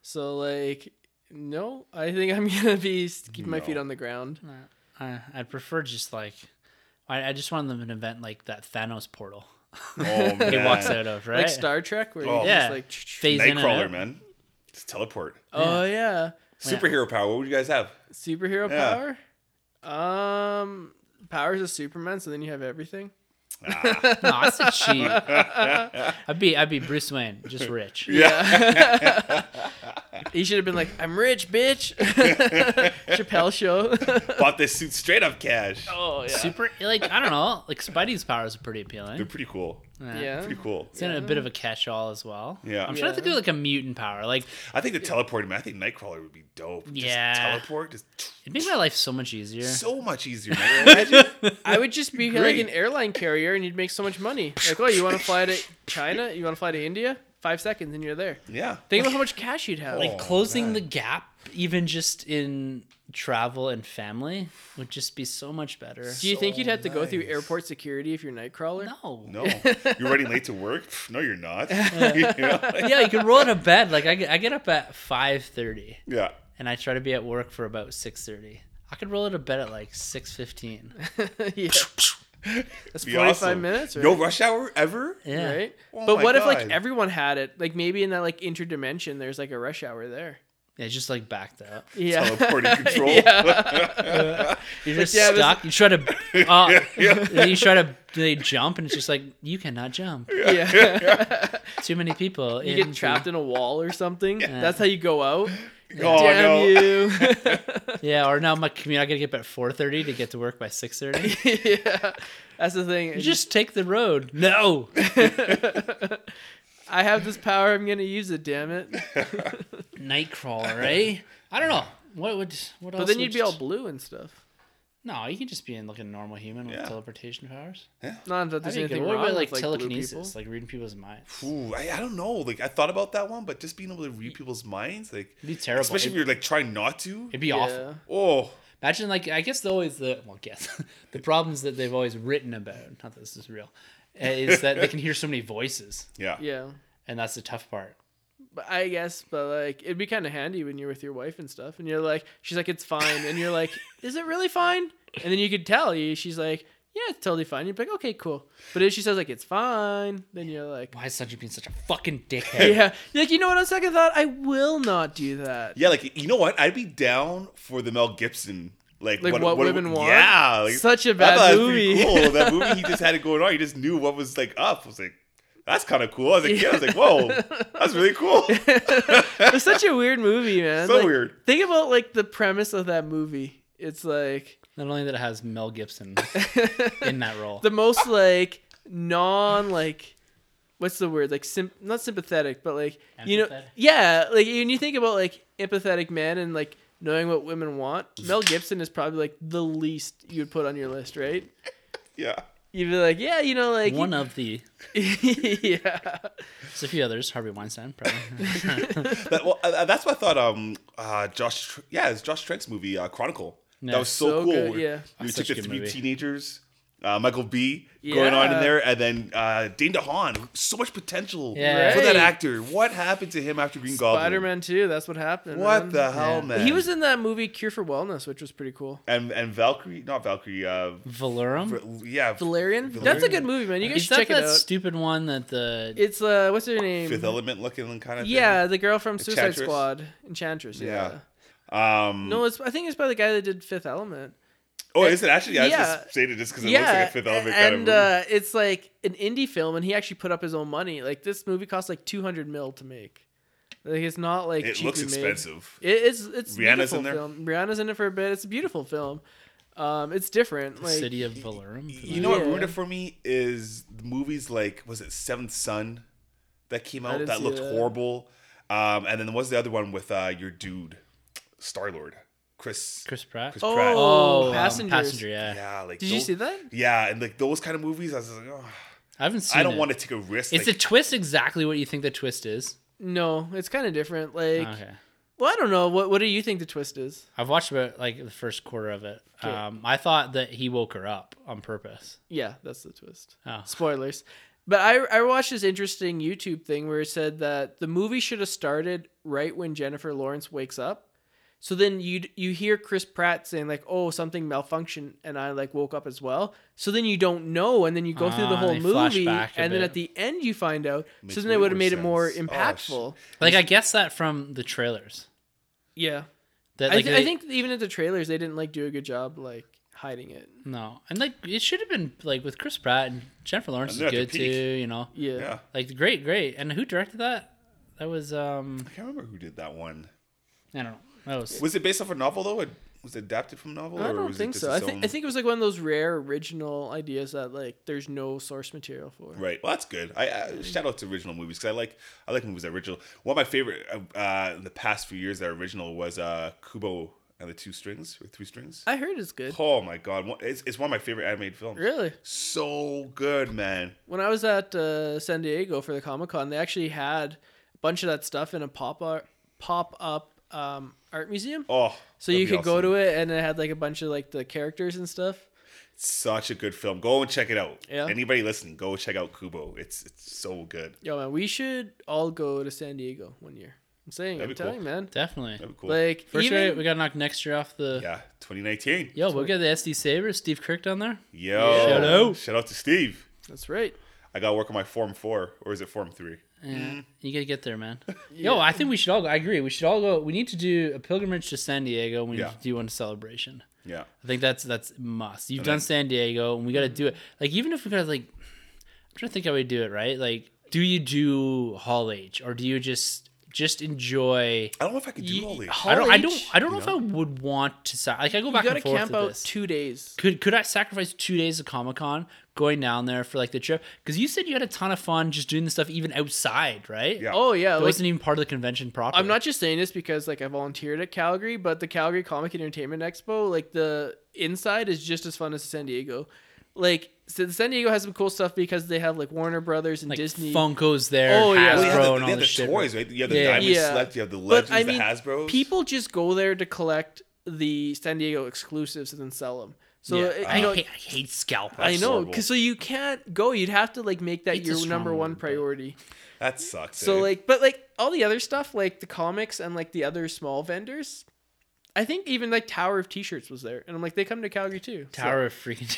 A: So like, no, I think I'm gonna be s- keeping my feet
B: No.
A: on the ground.
C: I, I'd prefer just like I, I just want them an event like that Thanos portal
B: Oh man.
C: he walks out of right.
A: Like Star Trek, where
B: Oh.
A: you
C: yeah,
A: just like,
C: phase in and
B: Nightcrawler,
C: out.
B: man. Just teleport.
A: oh yeah,
B: Superhero power. What would you guys have?
A: superhero
B: Yeah.
A: power. Um, powers of Superman, so then you have everything.
C: No, that's a cheat. I'd be I'd be Bruce Wayne, just rich.
A: He should have been like, I'm rich, bitch. Chappelle show.
B: Bought this suit straight up cash.
A: oh yeah.
C: Super like I don't know, like Spidey's powers are pretty appealing.
B: They're pretty cool.
A: yeah.
B: Pretty cool.
C: It's in a bit of a catch-all as well.
B: Yeah.
C: I'm trying to think of like a mutant power. Like
B: I think the teleporting, man. I think Nightcrawler would be dope.
C: Yeah.
B: Just teleport. Just
C: it'd make my life so much easier.
B: so much easier, man. Imagine-
A: I would just be
B: Great.
A: like an airline carrier, and you'd make so much money. Like, oh, you want to fly to China? You want to fly to India? Five seconds, and you're there.
B: yeah.
A: Think about how much cash you'd have.
C: like
B: Oh,
C: closing
B: man.
C: the gap, even just in travel and family, would just be so much better.
A: Do you think
B: so
A: you'd have to go through
B: nice.
A: airport security if you're Nightcrawler?
C: No.
B: No. You're running late to work? Pff, No, you're not. You know, like-
C: yeah, you can roll out of bed. Like I, get- I get up at five thirty,
B: yeah.
C: and I try to be at work for about six thirty. I could roll out of bed at like six fifteen.
A: yeah. That's
B: Be
A: 45
B: awesome.
A: minutes, right?
B: No rush hour ever?
C: Yeah.
A: right?
B: Oh
A: but
B: my
A: what if like
B: God.
A: everyone had it? Like maybe in that like interdimension, there's like a rush hour there.
C: Yeah, just like backed up.
A: Yeah.
B: Teleporting control.
C: You're just
A: yeah, this-
C: stuck. You try to, uh, and you try to, they jump, and it's just like you cannot jump.
A: yeah.
C: Too many people.
A: You
C: in
A: get trapped in a wall or something.
C: Yeah.
A: That's how you go out.
B: Oh, no.
A: Damn
C: the- Yeah, or now my commute. I gotta get up at four thirty to get to work by six thirty.
A: you. yeah. That's the thing.
C: You just take the road. No.
A: I have this power. I'm gonna use it. Damn it!
C: Nightcrawler, eh? I don't know. What would what else?
A: But then you'd
C: would
A: be all blue and stuff.
C: No, you can just be in like a normal human with
B: Yeah.
C: teleportation powers.
A: Not
C: That'd
A: that there's
C: be good.
A: anything
C: What
A: wrong
C: about like,
A: with like blue people.
C: telekinesis, like reading people's minds?
B: Ooh, I, I don't know. Like I thought about that one, but just being able to read people's minds, like
C: It'd be terrible.
B: especially if
C: it'd,
B: you're like trying not to.
C: it'd be awful.
B: Oh,
C: Imagine like I guess the always the well guess the problems that they've always written about. Not that this is real, uh, is that they can hear so many voices,
B: yeah.
A: Yeah. Yeah.
C: and that's the tough part.
A: But I guess, but like, it'd be kind of handy when you're with your wife and stuff, and you're like, she's like, it's fine, and you're like, is it really fine? And then you could tell you, she's like, yeah, it's totally fine. You'd be like, okay, cool. But if she says like, it's fine, then you're like,
C: Why is Sanji being such a fucking dickhead?
A: yeah, You're like you know what? On second thought, I will not do that.
B: Yeah, like you know what? I'd be down for the Mel Gibson. Like,
A: Like what women want?
B: Yeah, like,
A: Such a
B: I
A: bad
B: thought that was
A: movie.
B: pretty Cool. That movie he just had it going on. He just knew what was like up. I was like, that's kind of cool. I was like, yeah. I was like, whoa, that's really cool.
A: It's such a weird movie, man.
B: So
A: Like,
B: weird.
A: Think about like the premise of that movie. It's like
C: Not only that, it has Mel Gibson in that role.
A: the most like non like what's the word like symp- not sympathetic but like you know
C: Empathetic?
A: yeah like when you think about like empathetic men and like knowing what women want mel gibson is probably like the least you would put on your list right
B: Yeah,
A: you'd be like yeah you know like
C: One of the
A: yeah
C: there's a few others. Harvey Weinstein, probably.
B: that, well, uh, that's what I thought. Um, uh, Josh, Tr- yeah, it's Josh Trent's movie uh, Chronicle.
C: Yeah.
B: That was so,
A: So
B: cool.
A: good,
B: where
A: yeah.
B: you
C: Such
B: took
C: a
B: the
C: good
B: three
C: movie.
B: teenagers, uh, Michael B. going on in
A: Yeah.
B: there, and then uh, Dane DeHaan. So much potential
C: Yeah.
B: for that
A: Right.
B: actor. What happened to him after Green Goblin?
A: spider-man 2 that's what happened
B: What
A: man.
B: the hell, man?
A: he was in that movie cure for wellness which was pretty cool
B: and and Valkyrie, not Valkyrie. Uh,
C: Valorum.
B: v- yeah,
A: valerian that's a good movie man you guys
C: Is
A: should
C: that
A: check it
C: that
A: out
C: stupid one that the
A: it's uh what's her name
B: Fifth Element looking kind of.
A: yeah the girl from suicide
B: Enchantress?
A: squad enchantress
B: Yeah.
A: yeah.
B: Thing. Um.
A: No, it's I think it's by the guy that did Fifth Element.
B: oh, is it actually? I was
A: yeah.
B: just saying it just because it looks
A: yeah,
B: like a Fifth Element kind of
A: and
B: movie.
A: uh, it's like an indie film, and he actually put up his own money. Like this movie cost like two hundred mil to make. Like it's not like
B: it
A: cheaply
B: looks
A: made.
B: expensive.
A: It, it's it's
B: Rihanna's
A: beautiful
B: in there?
A: Film. Rihanna's in it for a bit. It's a beautiful film. Um, it's different. Like
C: city of Valorum?
B: You know what
A: Yeah.
B: ruined it for me is the movies like was it Seventh Son that came out
A: didn't
B: that
A: see
B: looked
A: that.
B: horrible, um, and then what's the other one with uh, your dude, Star Lord, Chris,
C: Chris Pratt.
B: Chris
A: oh,
B: Pratt.
C: um,
A: passengers.
C: passenger. Yeah.
B: Yeah, like
A: Did you
B: those-
A: see that?
B: Yeah, and like those kind of movies, I was just like, oh,
C: I haven't seen.
B: I don't
C: it.
B: want to take a risk.
C: Is
B: like-
C: the twist exactly what you think the twist is?
A: No, it's kind of different. Like
C: Okay.
A: Well, I don't know. What What do you think the twist is?
C: I've watched about like the first quarter of it. Um, I thought that he woke her up on purpose.
A: Yeah, that's the twist.
C: Oh.
A: Spoilers. But I, I watched this interesting YouTube thing where it said that the movie should have started right when Jennifer Lawrence wakes up. So then you you hear Chris Pratt saying like, "Oh, something malfunctioned," and I like woke up as well. So then you don't know, and then you go through the
C: Ah,
A: whole
C: they flash
A: movie,
C: back a
A: and then
C: bit.
A: at the end you find out.
B: Makes
A: so then
B: way
A: it would have
B: more
A: made it more
B: sense. Oh,
A: impactful.
C: Like I guess that from the trailers.
A: yeah,
C: That
A: I,
C: like
A: th-
C: they-
A: I think even at the trailers they didn't like do a good job like hiding it.
C: no, and like it should have been like with Chris Pratt and Jennifer Lawrence is
B: And they're at their
C: good too.
B: peak.
C: You know,
A: Yeah,
B: Yeah.
C: like great, great. And who directed that? That was um,
B: I can't remember who did that one.
C: I don't know. That was
B: Was it based off a novel though? It was it adapted from a novel?
A: I
B: or
A: don't
B: was
A: think
B: it just
A: so. I
B: its
A: think
B: own-
A: I think it was like one of those rare original ideas that like there's no source material for.
B: Right. Well, that's good. I, I shout out to original movies because I like I like movies that are original. One of my favorite uh, uh, in the past few years that are original was uh, Kubo and the Two Strings or Three Strings.
A: I heard it's good.
B: Oh my god, One- it's, it's one of my favorite animated films.
A: Really?
B: So good, man.
A: When I was at uh, San Diego for the Comic Con, they actually had a bunch of that stuff in a pop up pop up um, art museum.
B: Oh,
A: so you could go to it, and it had like a bunch of like the characters and stuff.
B: Such a good film. Go and check it out.
A: Yeah.
B: Anybody listening, go check out Kubo. It's it's so good.
A: Yo, man, we should all go to San Diego one year. I'm saying,
B: That'd
A: I'm
B: be cool.
A: telling you, man.
C: definitely.
B: That'd be cool.
A: Like,
C: For
A: even
C: sure, we gotta knock next year off the.
B: yeah, 2019.
C: Yo, we'll get the SD Sabres, Steve Kirk down there.
B: Yo,
C: Shout out.
B: Shout out to Steve.
A: that's right.
B: I got to work on my form four, or is it form three?
A: Mm-hmm.
C: Yeah, you gotta get there, man. Yo, I think we should all go. I agree. We should all go. We need to do a pilgrimage to San Diego. We need
B: Yeah.
C: to do one celebration.
B: Yeah.
C: I think that's that's must. You've done San Diego, and we gotta
A: Mm-hmm.
C: do it. Like even if we gotta like, I'm trying to think how we do it. Right? Like, do you do Hall H or do you just just enjoy?
B: I don't know if I could do
C: Y-
B: all these.
A: oh,
C: I don't. I don't.
A: H?
C: I don't know if I would want to. sa- Like I go
A: You
C: back
A: gotta
C: and forth.
A: camp
C: with
A: out
C: this.
A: two days.
C: Could could I sacrifice two days of Comic Con going down there for like the trip? Because you said you had a ton of fun just doing this stuff even outside, right?
B: Yeah.
A: Oh yeah,
C: It
A: like
C: wasn't even part of the convention proper.
A: I'm not just saying this because like I volunteered at Calgary, but the Calgary Comic and Entertainment Expo, like the inside is just as fun as San Diego. Like so San Diego has some cool stuff because they have like Warner Brothers and
C: like
A: Disney.
C: Funko's there. Oh
A: Oh, yeah.
C: yeah,
B: Well,
A: Hasbro
B: you have
C: and
B: the, they
C: all
B: have the
C: this shit.
B: toys, right? You have the
C: Yeah.
B: Diamond
A: Yeah.
B: Select, you have the
A: But
B: Legends,
A: I mean,
B: the Hasbros.
A: people just go there to collect the San Diego exclusives and then sell them. So
C: Yeah.
A: it-
C: I,
A: you know,
C: hate, I hate scalpers.
A: I know,
B: Ah, horrible.
A: because so you can't go. You'd have to like make that
C: It's a
A: your
C: strong
A: number one
C: word, but-
A: priority.
B: That sucks.
A: So
B: eh?
A: like, but like all the other stuff, like the comics and like the other small vendors, I think even like Tower of T-shirts was there, and I'm like, they come to Calgary too. so-
C: Tower of freaking.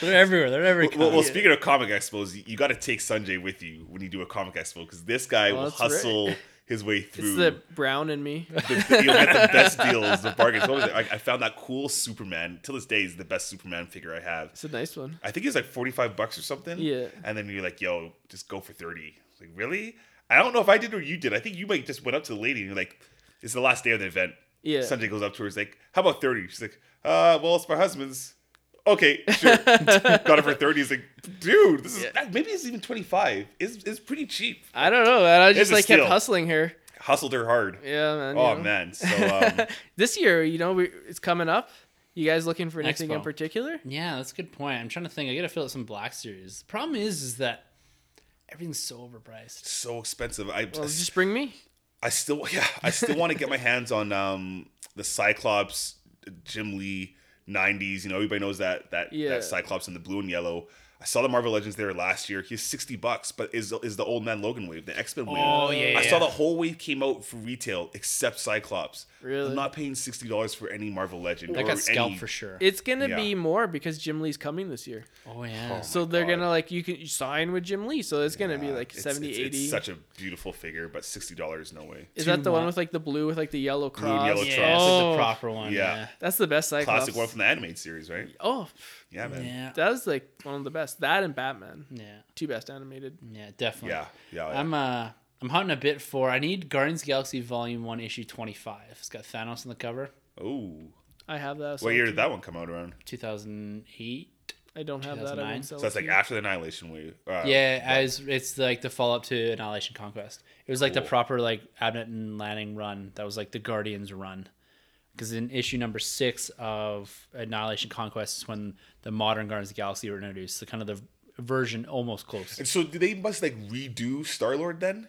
C: They're everywhere. They're everywhere.
B: well, well speaking of comic expos, you got to take Sanjay with you when you do a comic expo because this guy will
A: that's right.
B: hustle his way
A: It's
B: through.
A: the Brown and me.
B: the- you'll get the best deals, the bargains. What was it? I, I found that cool Superman. Till this day, is the best Superman figure I have.
A: It's a nice one.
B: I think it was like forty five bucks or something.
A: Yeah.
B: And then you're like, "Yo, just go for 30 Like, really? I don't know if I did or you did. I think you might just went up to the lady and you're like, "It's the last day of the event."
A: Yeah.
B: Sanjay goes up to her. He's like, "How about 30? She's like, "Uh, well, it's my husband's." Okay, sure. Got it for thirty. He's like, dude, this is maybe it's even twenty five. It's, it's pretty cheap.
A: I don't know. Man. I just
B: a
A: like kept
B: steal.
A: hustling her.
B: Hustled her hard.
A: Yeah, man. you
B: oh
A: know.
B: man. So um,
A: this year, you know, we, it's coming up. You guys looking for anything in
C: Expo.
A: particular?
C: yeah, that's a good point. I'm trying to think. I gotta fill out some Black Series. The problem is, is that everything's so overpriced.
B: so expensive. I
A: Well, just bring me.
B: I still yeah, I still want to get my hands on um the Cyclops Jim Lee 90s. You know, everybody knows that that
A: Yeah.
B: that Cyclops in the blue and yellow. I saw the Marvel Legends there last year. He's 60 bucks, but is is the old man Logan wave, the X-Men wave.
C: Oh, yeah,
B: I saw
C: yeah.
B: the whole wave came out for retail except Cyclops.
A: Really?
B: I'm not paying $60 for any Marvel Legend.
C: That
B: or
C: got scalped
B: any-
C: for sure.
A: It's gonna
B: Yeah.
A: be more because Jim Lee's coming this year.
C: oh yeah.
A: So they're
B: God.
A: gonna like you can you sign with Jim Lee. So it's gonna be
B: Yeah,
A: like
B: it's-
A: 70,
B: it's,
A: 80.
B: It's such a beautiful figure, but $60 no way.
A: Is
C: Two
A: that the one
C: mon-
A: with like the blue with like the yellow
B: and
A: cross?
B: yellow
C: yeah, it's like
A: Oh.
C: the proper one.
B: Yeah.
C: Yeah.
A: That's the best Cyclops.
B: Classic one from the animated series, right?
A: Oh,
B: Yeah,
C: Yeah.
B: man. Yeah.
C: Yeah.
A: that was like one of the best. That and Batman,
C: yeah.
A: two best animated.
C: definitely.
B: Yeah. yeah.
C: I'm uh I'm hunting a bit for I need Guardians of the Galaxy Volume One Issue Twenty Five. It's got Thanos on the cover.
B: Ooh.
A: I have that. so
B: What year did that one come out around?
C: Two thousand eight.
A: I don't have that.
C: 2009?
A: I won't sell
B: So that's
A: it
B: like
A: to
B: after the Annihilation Wave. Uh,
C: yeah, as it's like the follow up to Annihilation Conquest. It was like the
B: Cool.
C: proper like Abnett and Lanning run. That was like the Guardians run. Because in issue number six of Annihilation Conquest is when the modern Guardians of the Galaxy were introduced. So kind of the version almost close.
B: And so do they must like redo Star Lord then?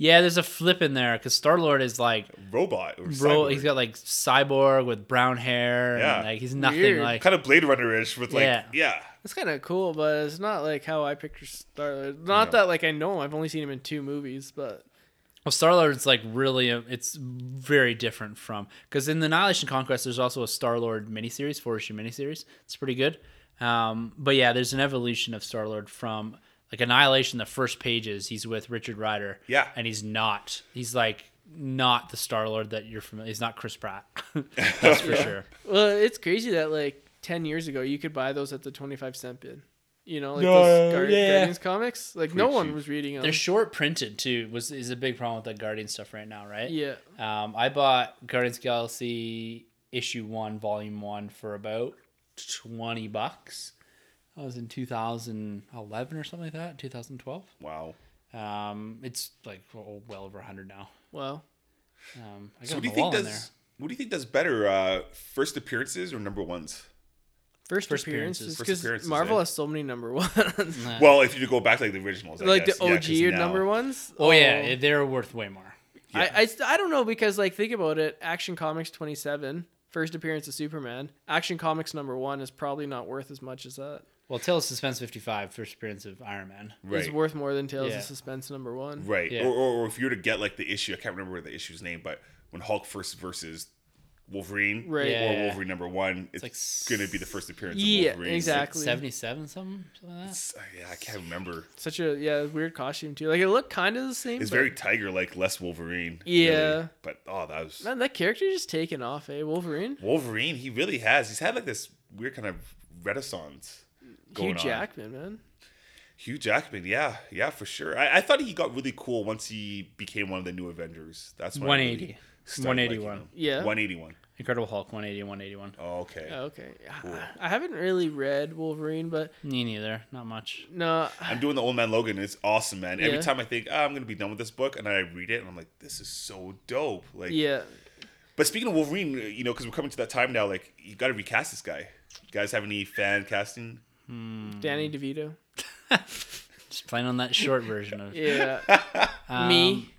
C: Yeah, there's a flip in there because Star Lord is like,
B: Robot or
C: bro,
B: cyborg.
C: he's got like cyborg with brown hair. and,
B: Yeah.
C: like he's nothing
A: Weird.
C: like.
B: kind of Blade Runner ish with like yeah.
C: Yeah.
A: That's kind of cool, but it's not like how I picture Star Lord. Not that like I know him. I've only seen him in two movies, but
C: Well, Star Lord's like really, um, it's very different from because in the Annihilation Conquest, there's also a Star Lord miniseries, four issue miniseries. It's pretty good. Um, but yeah, there's an evolution of Star Lord from like Annihilation. The first pages, he's with Richard Rider.
B: Yeah.
C: and he's not. He's like not the Star Lord that you're familiar. He's not Chris Pratt. That's for sure.
A: well, it's crazy that like ten years ago you could buy those at the twenty five cent bin. You know, like
C: No,
A: those Guar-
C: yeah.
A: Guardians comics. Like no
B: Preachy.
A: one was reading them.
C: They're short printed too. Was is a big problem with that Guardian stuff right now, right?
A: yeah,
C: Um, I bought Guardians of the Galaxy issue one, volume one for about twenty bucks. That was in 2011 or something like that, 2012.
B: Wow.
C: Um, it's like well well over 100 now.
A: well,
C: Um, I got
B: So
C: so
B: what do you
C: wall
B: think does
C: in there.
B: what do you think does better, uh, first appearances or number ones?
A: first,
C: First
A: appearances
B: First
A: because
B: appearances,
A: Marvel
B: eh?
A: has so many number ones,
C: Nah.
B: Well, if you go back to like the originals, I
A: Uh, like
B: guess.
A: the
B: Yeah,
A: OG
B: 'cause now-
A: number ones.
C: oh yeah, they're worth way more.
A: I, I I don't know because like think about it. Action Comics twenty seven. First appearance of Superman. Action Comics number one is probably not worth as much as that.
C: Well, Tales of Suspense 55, first appearance of Iron Man.
B: Right.
A: It's worth more than Tales
C: Yeah.
A: of Suspense number one.
B: Right.
C: Yeah.
B: Or, or, or if you were to get like the issue, I can't remember the issue's name, but when Hulk first versus Wolverine
A: Right.
C: Yeah.
B: or Wolverine number one, it's,
C: like
B: going to be the first appearance
A: Yeah,
B: of Wolverine.
A: exactly.
C: 77 something, something like that.
B: It's- uh, yeah, I can't remember.
A: Such a yeah weird costume too. Like it looked kind of the same.
B: It's
A: but-
B: very tiger like, less Wolverine.
A: Yeah.
B: really. But oh, that was
A: Man, that character just taken off, eh? Wolverine.
B: Wolverine. He really has. He's had like this weird kind of renaissance. Going
A: Hugh
B: on.
A: Jackman, man.
B: Hugh Jackman, yeah, yeah, for sure. I, I thought he got really cool once he became one of the new Avengers. That's when I
C: 180.
B: really started
C: 181.
B: liking him.
A: Yeah.
B: 181.
C: Incredible Hulk 180 181.
B: Oh, okay.
A: Oh, okay. I haven't really read Wolverine, but
C: Me neither, not much.
A: no,
B: I'm doing the Old Man Logan. And it's awesome, man. Every
A: Yeah.
B: time I think "Ah, I'm gonna be done with this book, and I read it, and I'm like, this is so dope. Like,
A: yeah.
B: But speaking of Wolverine, you know, because we're coming to that time now, like you got to recast this guy. You guys have any fan casting? mm.
A: Danny DeVito.
C: Just playing on that short version of
A: Yeah.
C: Um,
A: Me.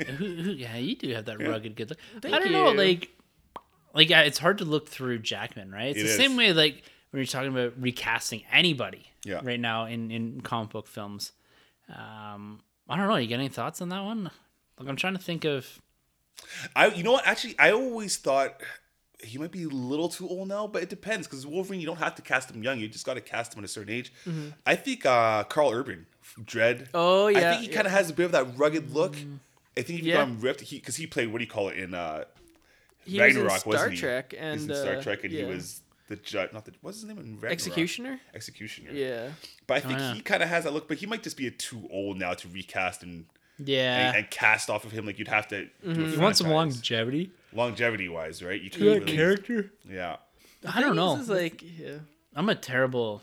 C: who, who, yeah, you do have that rugged good look.
A: Thank
C: I don't know,
A: you.
C: like, like I- it's hard to look through Jackman, right? It's
B: It
C: the
B: is.
C: same way, like when you're talking about recasting anybody,
B: Yeah.
C: right now in in comic book films. Um, I don't know. You got any thoughts on that one? Like, I'm trying to think of.
B: I, you know what? Actually, I always thought he might be a little too old now, but it depends because Wolverine, you don't have to cast him young. You just got to cast him at a certain age. I think uh Carl Urban, Dread.
A: Mm-hmm. Oh,
B: I
A: yeah,
B: think he
A: yeah. Mm-hmm.
B: kind of has a bit of that rugged look. I think if you
A: Yeah.
B: got him ripped, he because he played what do you call it in uh,
A: He was in
B: Ragnarok,
A: Star
B: wasn't he?
A: Trek
B: He
A: and
B: was in Star
A: uh,
B: Trek, and he
A: yeah.
B: was the judge. Not the what's his name in Ragnarok?
A: executioner.
B: Executioner.
A: Yeah.
B: But I think
C: yeah.
B: he kind of has that look, but he might just be a too old now to recast and
C: Yeah,
B: and, and cast off of him. Like you'd have to.
A: Mm-hmm.
B: do a
C: you want some
B: franchise.
C: longevity?
B: longevity wise, right? You can't really- Yeah.
C: I don't know.
A: This is like yeah.
C: I'm a terrible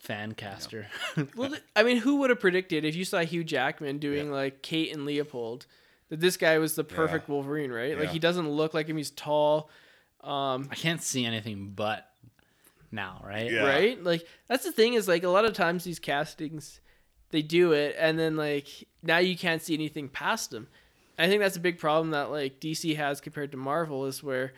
C: fan caster.
A: Well, th- I mean, who would have predicted if you saw Hugh Jackman doing like Kate and Leopold that this guy was the perfect Wolverine, right? Like
B: Yeah.
A: he doesn't look like him; he's tall, um,
C: I can't see anything but now, right?
B: Yeah.
A: right? Like that's the thing is like a lot of times these castings, they do it, and then like now you can't see anything past him. I think that's a big problem that like DC has compared to Marvel is where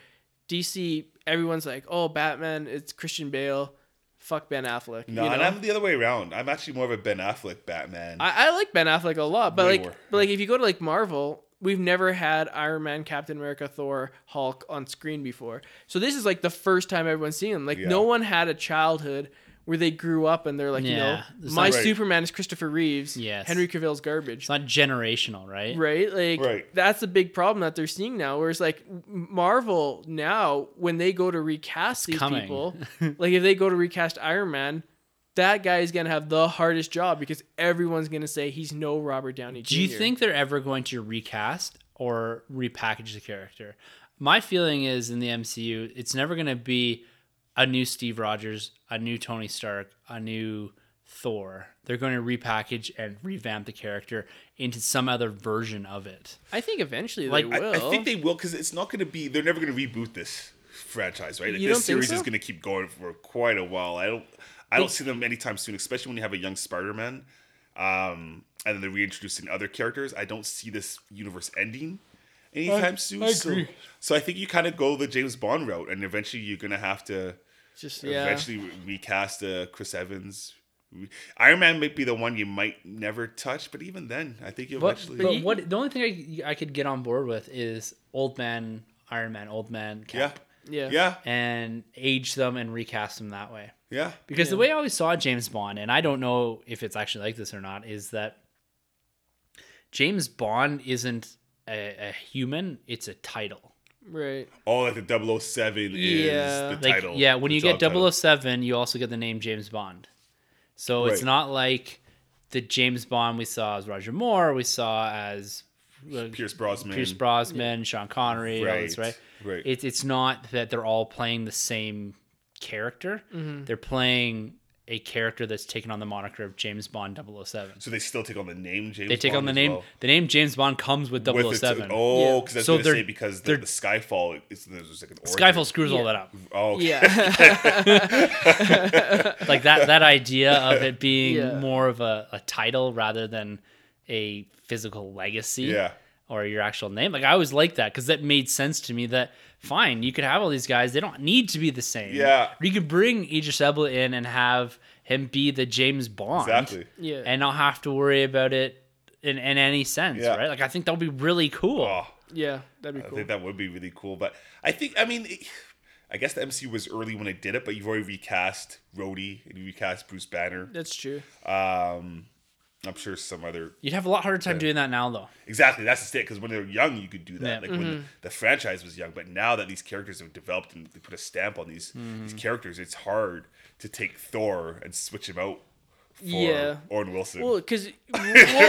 A: DC everyone's like, oh, Batman, it's Christian Bale, fuck Ben Affleck.
B: No,
A: you
B: and
A: know?
B: I'm the other way around. I'm actually more of a Ben Affleck Batman.
A: I, I like Ben Affleck a lot, but
B: Way
A: like,
B: more.
A: but like if you go to like Marvel, we've never had Iron Man, Captain America, Thor, Hulk on screen before. So this is like the first time everyone's seeing them. Like
B: Yeah.
A: no one had a childhood where they grew up and they're like,
C: Yeah,
A: you know,
C: it's
A: my
B: not- Right.
A: Superman is Christopher Reeves.
C: Yes.
A: Henry Cavill's garbage.
C: It's not generational, right?
A: Right, like
B: Right.
A: that's a big problem that they're seeing now. Whereas, like M- Marvel now, when they go to recast these
C: coming.
A: people, like if they go to recast Iron Man, that guy is gonna have the hardest job because everyone's gonna say he's no Robert Downey Jr.
C: Do you think they're ever going to recast or repackage the character? My feeling is in the MCU, it's never going to be a new Steve Rogers, a new Tony Stark, a new Thor. They're going to repackage and revamp the character into some other version of it.
A: I think eventually
C: Like,
A: they
B: I,
A: will.
B: I think they will because it's not going to be. They're never going to reboot this franchise, right? Like,
A: You
B: this
A: don't think
B: series is
A: so?
B: going to keep going for quite a while. I don't. I don't see them anytime soon, especially when you have a young Spider-Man. Um, and then they're reintroducing other characters. I don't see this universe ending anytime soon.
C: I
B: so-
C: agree.
B: So, I think you kind of go the James Bond route, and eventually you're gonna have to
A: Just yeah.
B: eventually re- recast uh, Chris Evans. Re- Iron Man might be the one you might never touch, but even then, I think you
C: But,
B: eventually.
C: but what the only thing I, I could get on board with is old man Iron Man, old man
B: yeah,
C: Cap,
A: yeah.
B: yeah,
C: and age them and recast them that way.
B: yeah.
C: Because the way I always saw James Bond, and I don't know if it's actually like this or not, is that James Bond isn't a, a human; it's a title.
A: Right.
B: Oh, like the 007
A: Yeah.
B: is the
C: like
B: title.
C: yeah when
B: the
C: you get
B: job title.
C: 007 you also get the name james bond so it's
B: Right.
C: not like the james bond we saw as roger moore we saw as uh,
B: Pierce Brosnan.
C: pierce brosnan sean connery all this,
B: Right,
C: right
B: right.
C: It's it's not that they're all playing the same character they're playing a character that's taken on the moniker of james bond 007
B: So they still take on the name James.
C: they take
B: Bond
C: on the
B: as
C: name
B: well.
C: the name james bond comes with
B: With
C: 007
B: its- oh, because I was
C: So
B: going to
C: they're-
B: say because the,
C: they're-
B: the Skyfall is there's like an origin.
C: skyfall screws all
A: Yeah.
C: that up
B: Oh, okay.
A: Yeah.
C: like that that idea of it being
A: Yeah.
C: more of a, a title rather than a physical legacy
B: Yeah.
C: or your actual name like i always liked that because that made sense to me that fine you could have all these guys they don't need to be the same
B: Yeah.
C: you could bring idris elba in and have him be the james bond
B: Exactly.
A: Yeah.
C: and not have to worry about it in, in any sense
B: Yeah.
C: right like i think that would be really cool
B: Oh,
A: yeah. That'd be
B: I
A: cool.
B: think that would be really cool. But I think I mean, it- I guess the MCU was early when they did it, but you've already recast Rhodey and you recast Bruce Banner.
A: That's true.
B: Um, I'm sure some other
C: you'd have a lot harder time doing that now though
B: exactly that's the it because when they're young you could do that
C: Yeah. Mm-hmm.
B: like when the, the franchise was young but now that these characters have developed and they put a stamp on these
C: Mm-hmm.
B: these characters it's hard to take Thor and switch him out for
A: Yeah.
B: Owen Wilson
A: Well, because
B: you know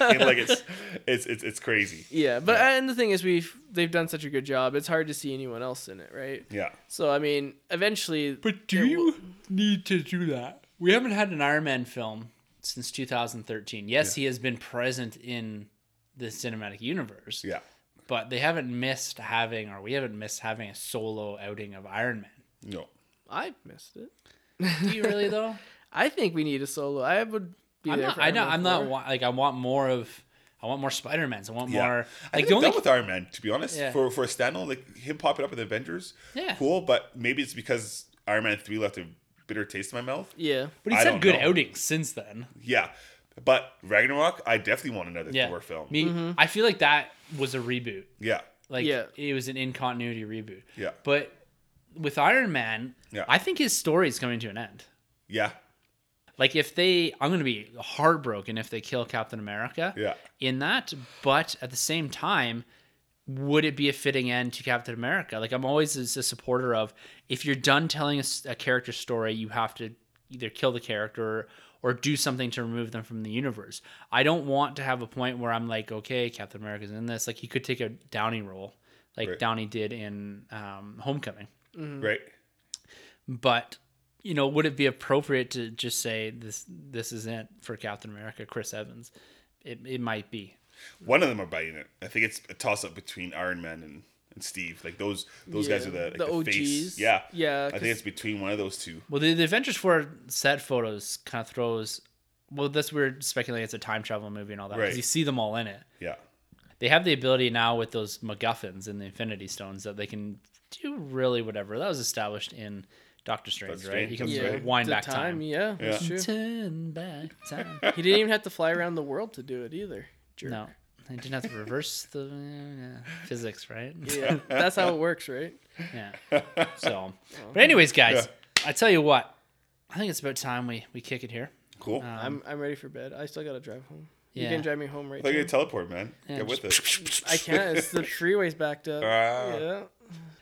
B: I mean? Like it's it's it's, it's crazy.
A: yeah, but uh, and the thing is, we've they've done such a good job. It's hard to see anyone else in it, right?
B: Yeah.
A: So I mean, eventually.
C: But do
A: it
C: you
A: will-
C: need to do that? We haven't had an Iron Man film since 2013. Yes, he has been present in the cinematic universe,
B: Yeah.
C: but they haven't missed having, or we haven't missed having a solo outing of Iron Man.
B: No.
A: I missed it.
C: Do you really though?
A: I think we need a solo. I would be
C: I'm
A: there.
C: not.
A: for
C: I know.
A: Iron Man
C: I'm not.
A: 4.
C: wa- Like I want more of. I want more Spider Mans. I want
B: Yeah.
C: more.
B: I
C: Like
B: think
C: the
B: I'm
C: only.
B: done with Iron Man, to be honest.
C: Yeah.
B: For for a standalone, like him popping up in the Avengers,
C: Yeah.
B: cool. But maybe it's because Iron Man three left a bitter taste in my mouth.
A: Yeah.
C: But he's
B: I
C: had
B: don't
C: good
B: know.
C: outings since then.
B: Yeah. But Ragnarok, I definitely want another
C: Yeah.
B: Thor film.
C: Me. I feel like that was a reboot.
B: Yeah.
C: Like
A: Yeah.
C: it was an in continuity reboot.
B: Yeah.
C: But with Iron Man,
B: Yeah.
C: I think his story is coming to an end.
B: Yeah.
C: Like if they I'm gonna be heartbroken if they kill Captain America
B: Yeah.
C: in that, but at the same time, would it be a fitting end to Captain America? Like I'm always as a supporter of if you're done telling a, s- a character story, you have to either kill the character or do something to remove them from the universe. I don't want to have a point where I'm like, okay, Captain America's in this. Like he could take a Downey role, like
B: Right.
C: Downey did in um, Homecoming
A: Mm.
B: Right.
C: but you know would it be appropriate to just say this this isn't for captain america chris evans it, it might be
B: One of them are biting it. I think it's a toss up between Iron Man and, and Steve. Like those those guys
A: Yeah.
B: are the like
A: The
B: the,
A: OGs.
B: face. Yeah.
A: Yeah,
B: I
A: 'cause-
B: think it's between one of those two.
C: well the, the avengers 4 set photos kind of throws well that's we're speculating it's a time travel movie and all that because
B: Right.
C: you see them all in it
B: Yeah.
C: they have the ability now with those macguffins and the infinity stones that they can do really whatever that was established in doctor strange
B: Doctor
C: right
B: Strange,
C: you can
B: that's
A: Yeah.
B: right.
C: wind
A: the
C: back
A: time.
C: time,
A: Yeah. That's true.
C: turn back time
A: He didn't even have to fly around the world to do it either. Jerk.
C: no they didn't have to reverse the yeah, physics right
A: Yeah. That's how it works, right?
C: Yeah. So, but anyways, guys, I tell you what, I think it's about time we we kick it here.
B: Cool.
A: I'm I'm ready for bed. I still gotta drive home. You
C: Yeah.
A: can drive me home right
B: I thought you
A: now.
B: were gonna teleport, man. Get with it.
A: I can't. It's the freeway's backed up.
B: Ah.
A: Yeah.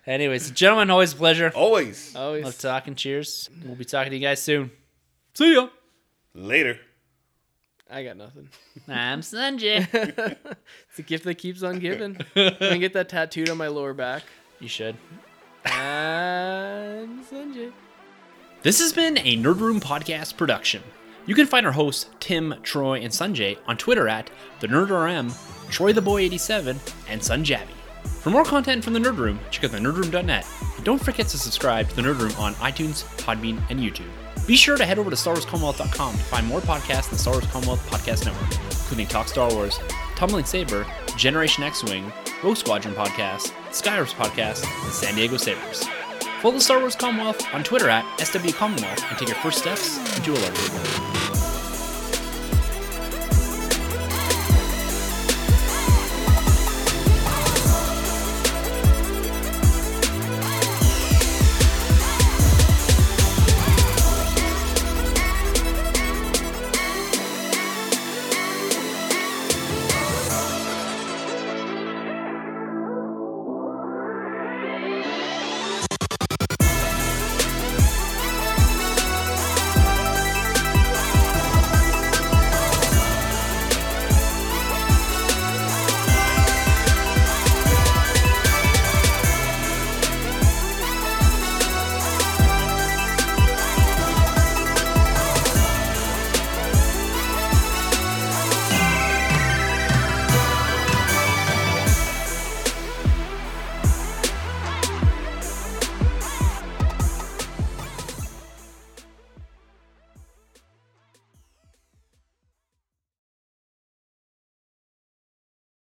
C: Anyways, gentlemen, always a pleasure.
B: Always.
A: Always.
C: Love talking. Cheers. We'll be talking to you guys soon. See ya.
B: Later.
A: I got nothing.
C: I'm Sanjay.
A: It's a gift that keeps on giving. I'm gonna get that tattooed on my lower back.
C: you should.
A: I'm Sanjay.
C: This has been a Nerd Room Podcast production. You can find our hosts, Tim, Troy, and Sanjay, on Twitter at the NerdRM, Troy the Boy 87, and Sunjabby. For more content from the Nerd Room, check out thenerdroom.net. And don't forget to subscribe to the Nerd Room on iTunes, Podbean, and YouTube. Be sure to head over to StarWarsCommonwealth.com to find more podcasts in the Star Wars Commonwealth Podcast Network, including Talk Star Wars, Tumbling Saber, Generation X-Wing, Rogue Squadron Podcast, Skyros Podcast, and San Diego Sabres. Follow the Star Wars Commonwealth on Twitter at SW Commonwealth and take your first steps into a larger world.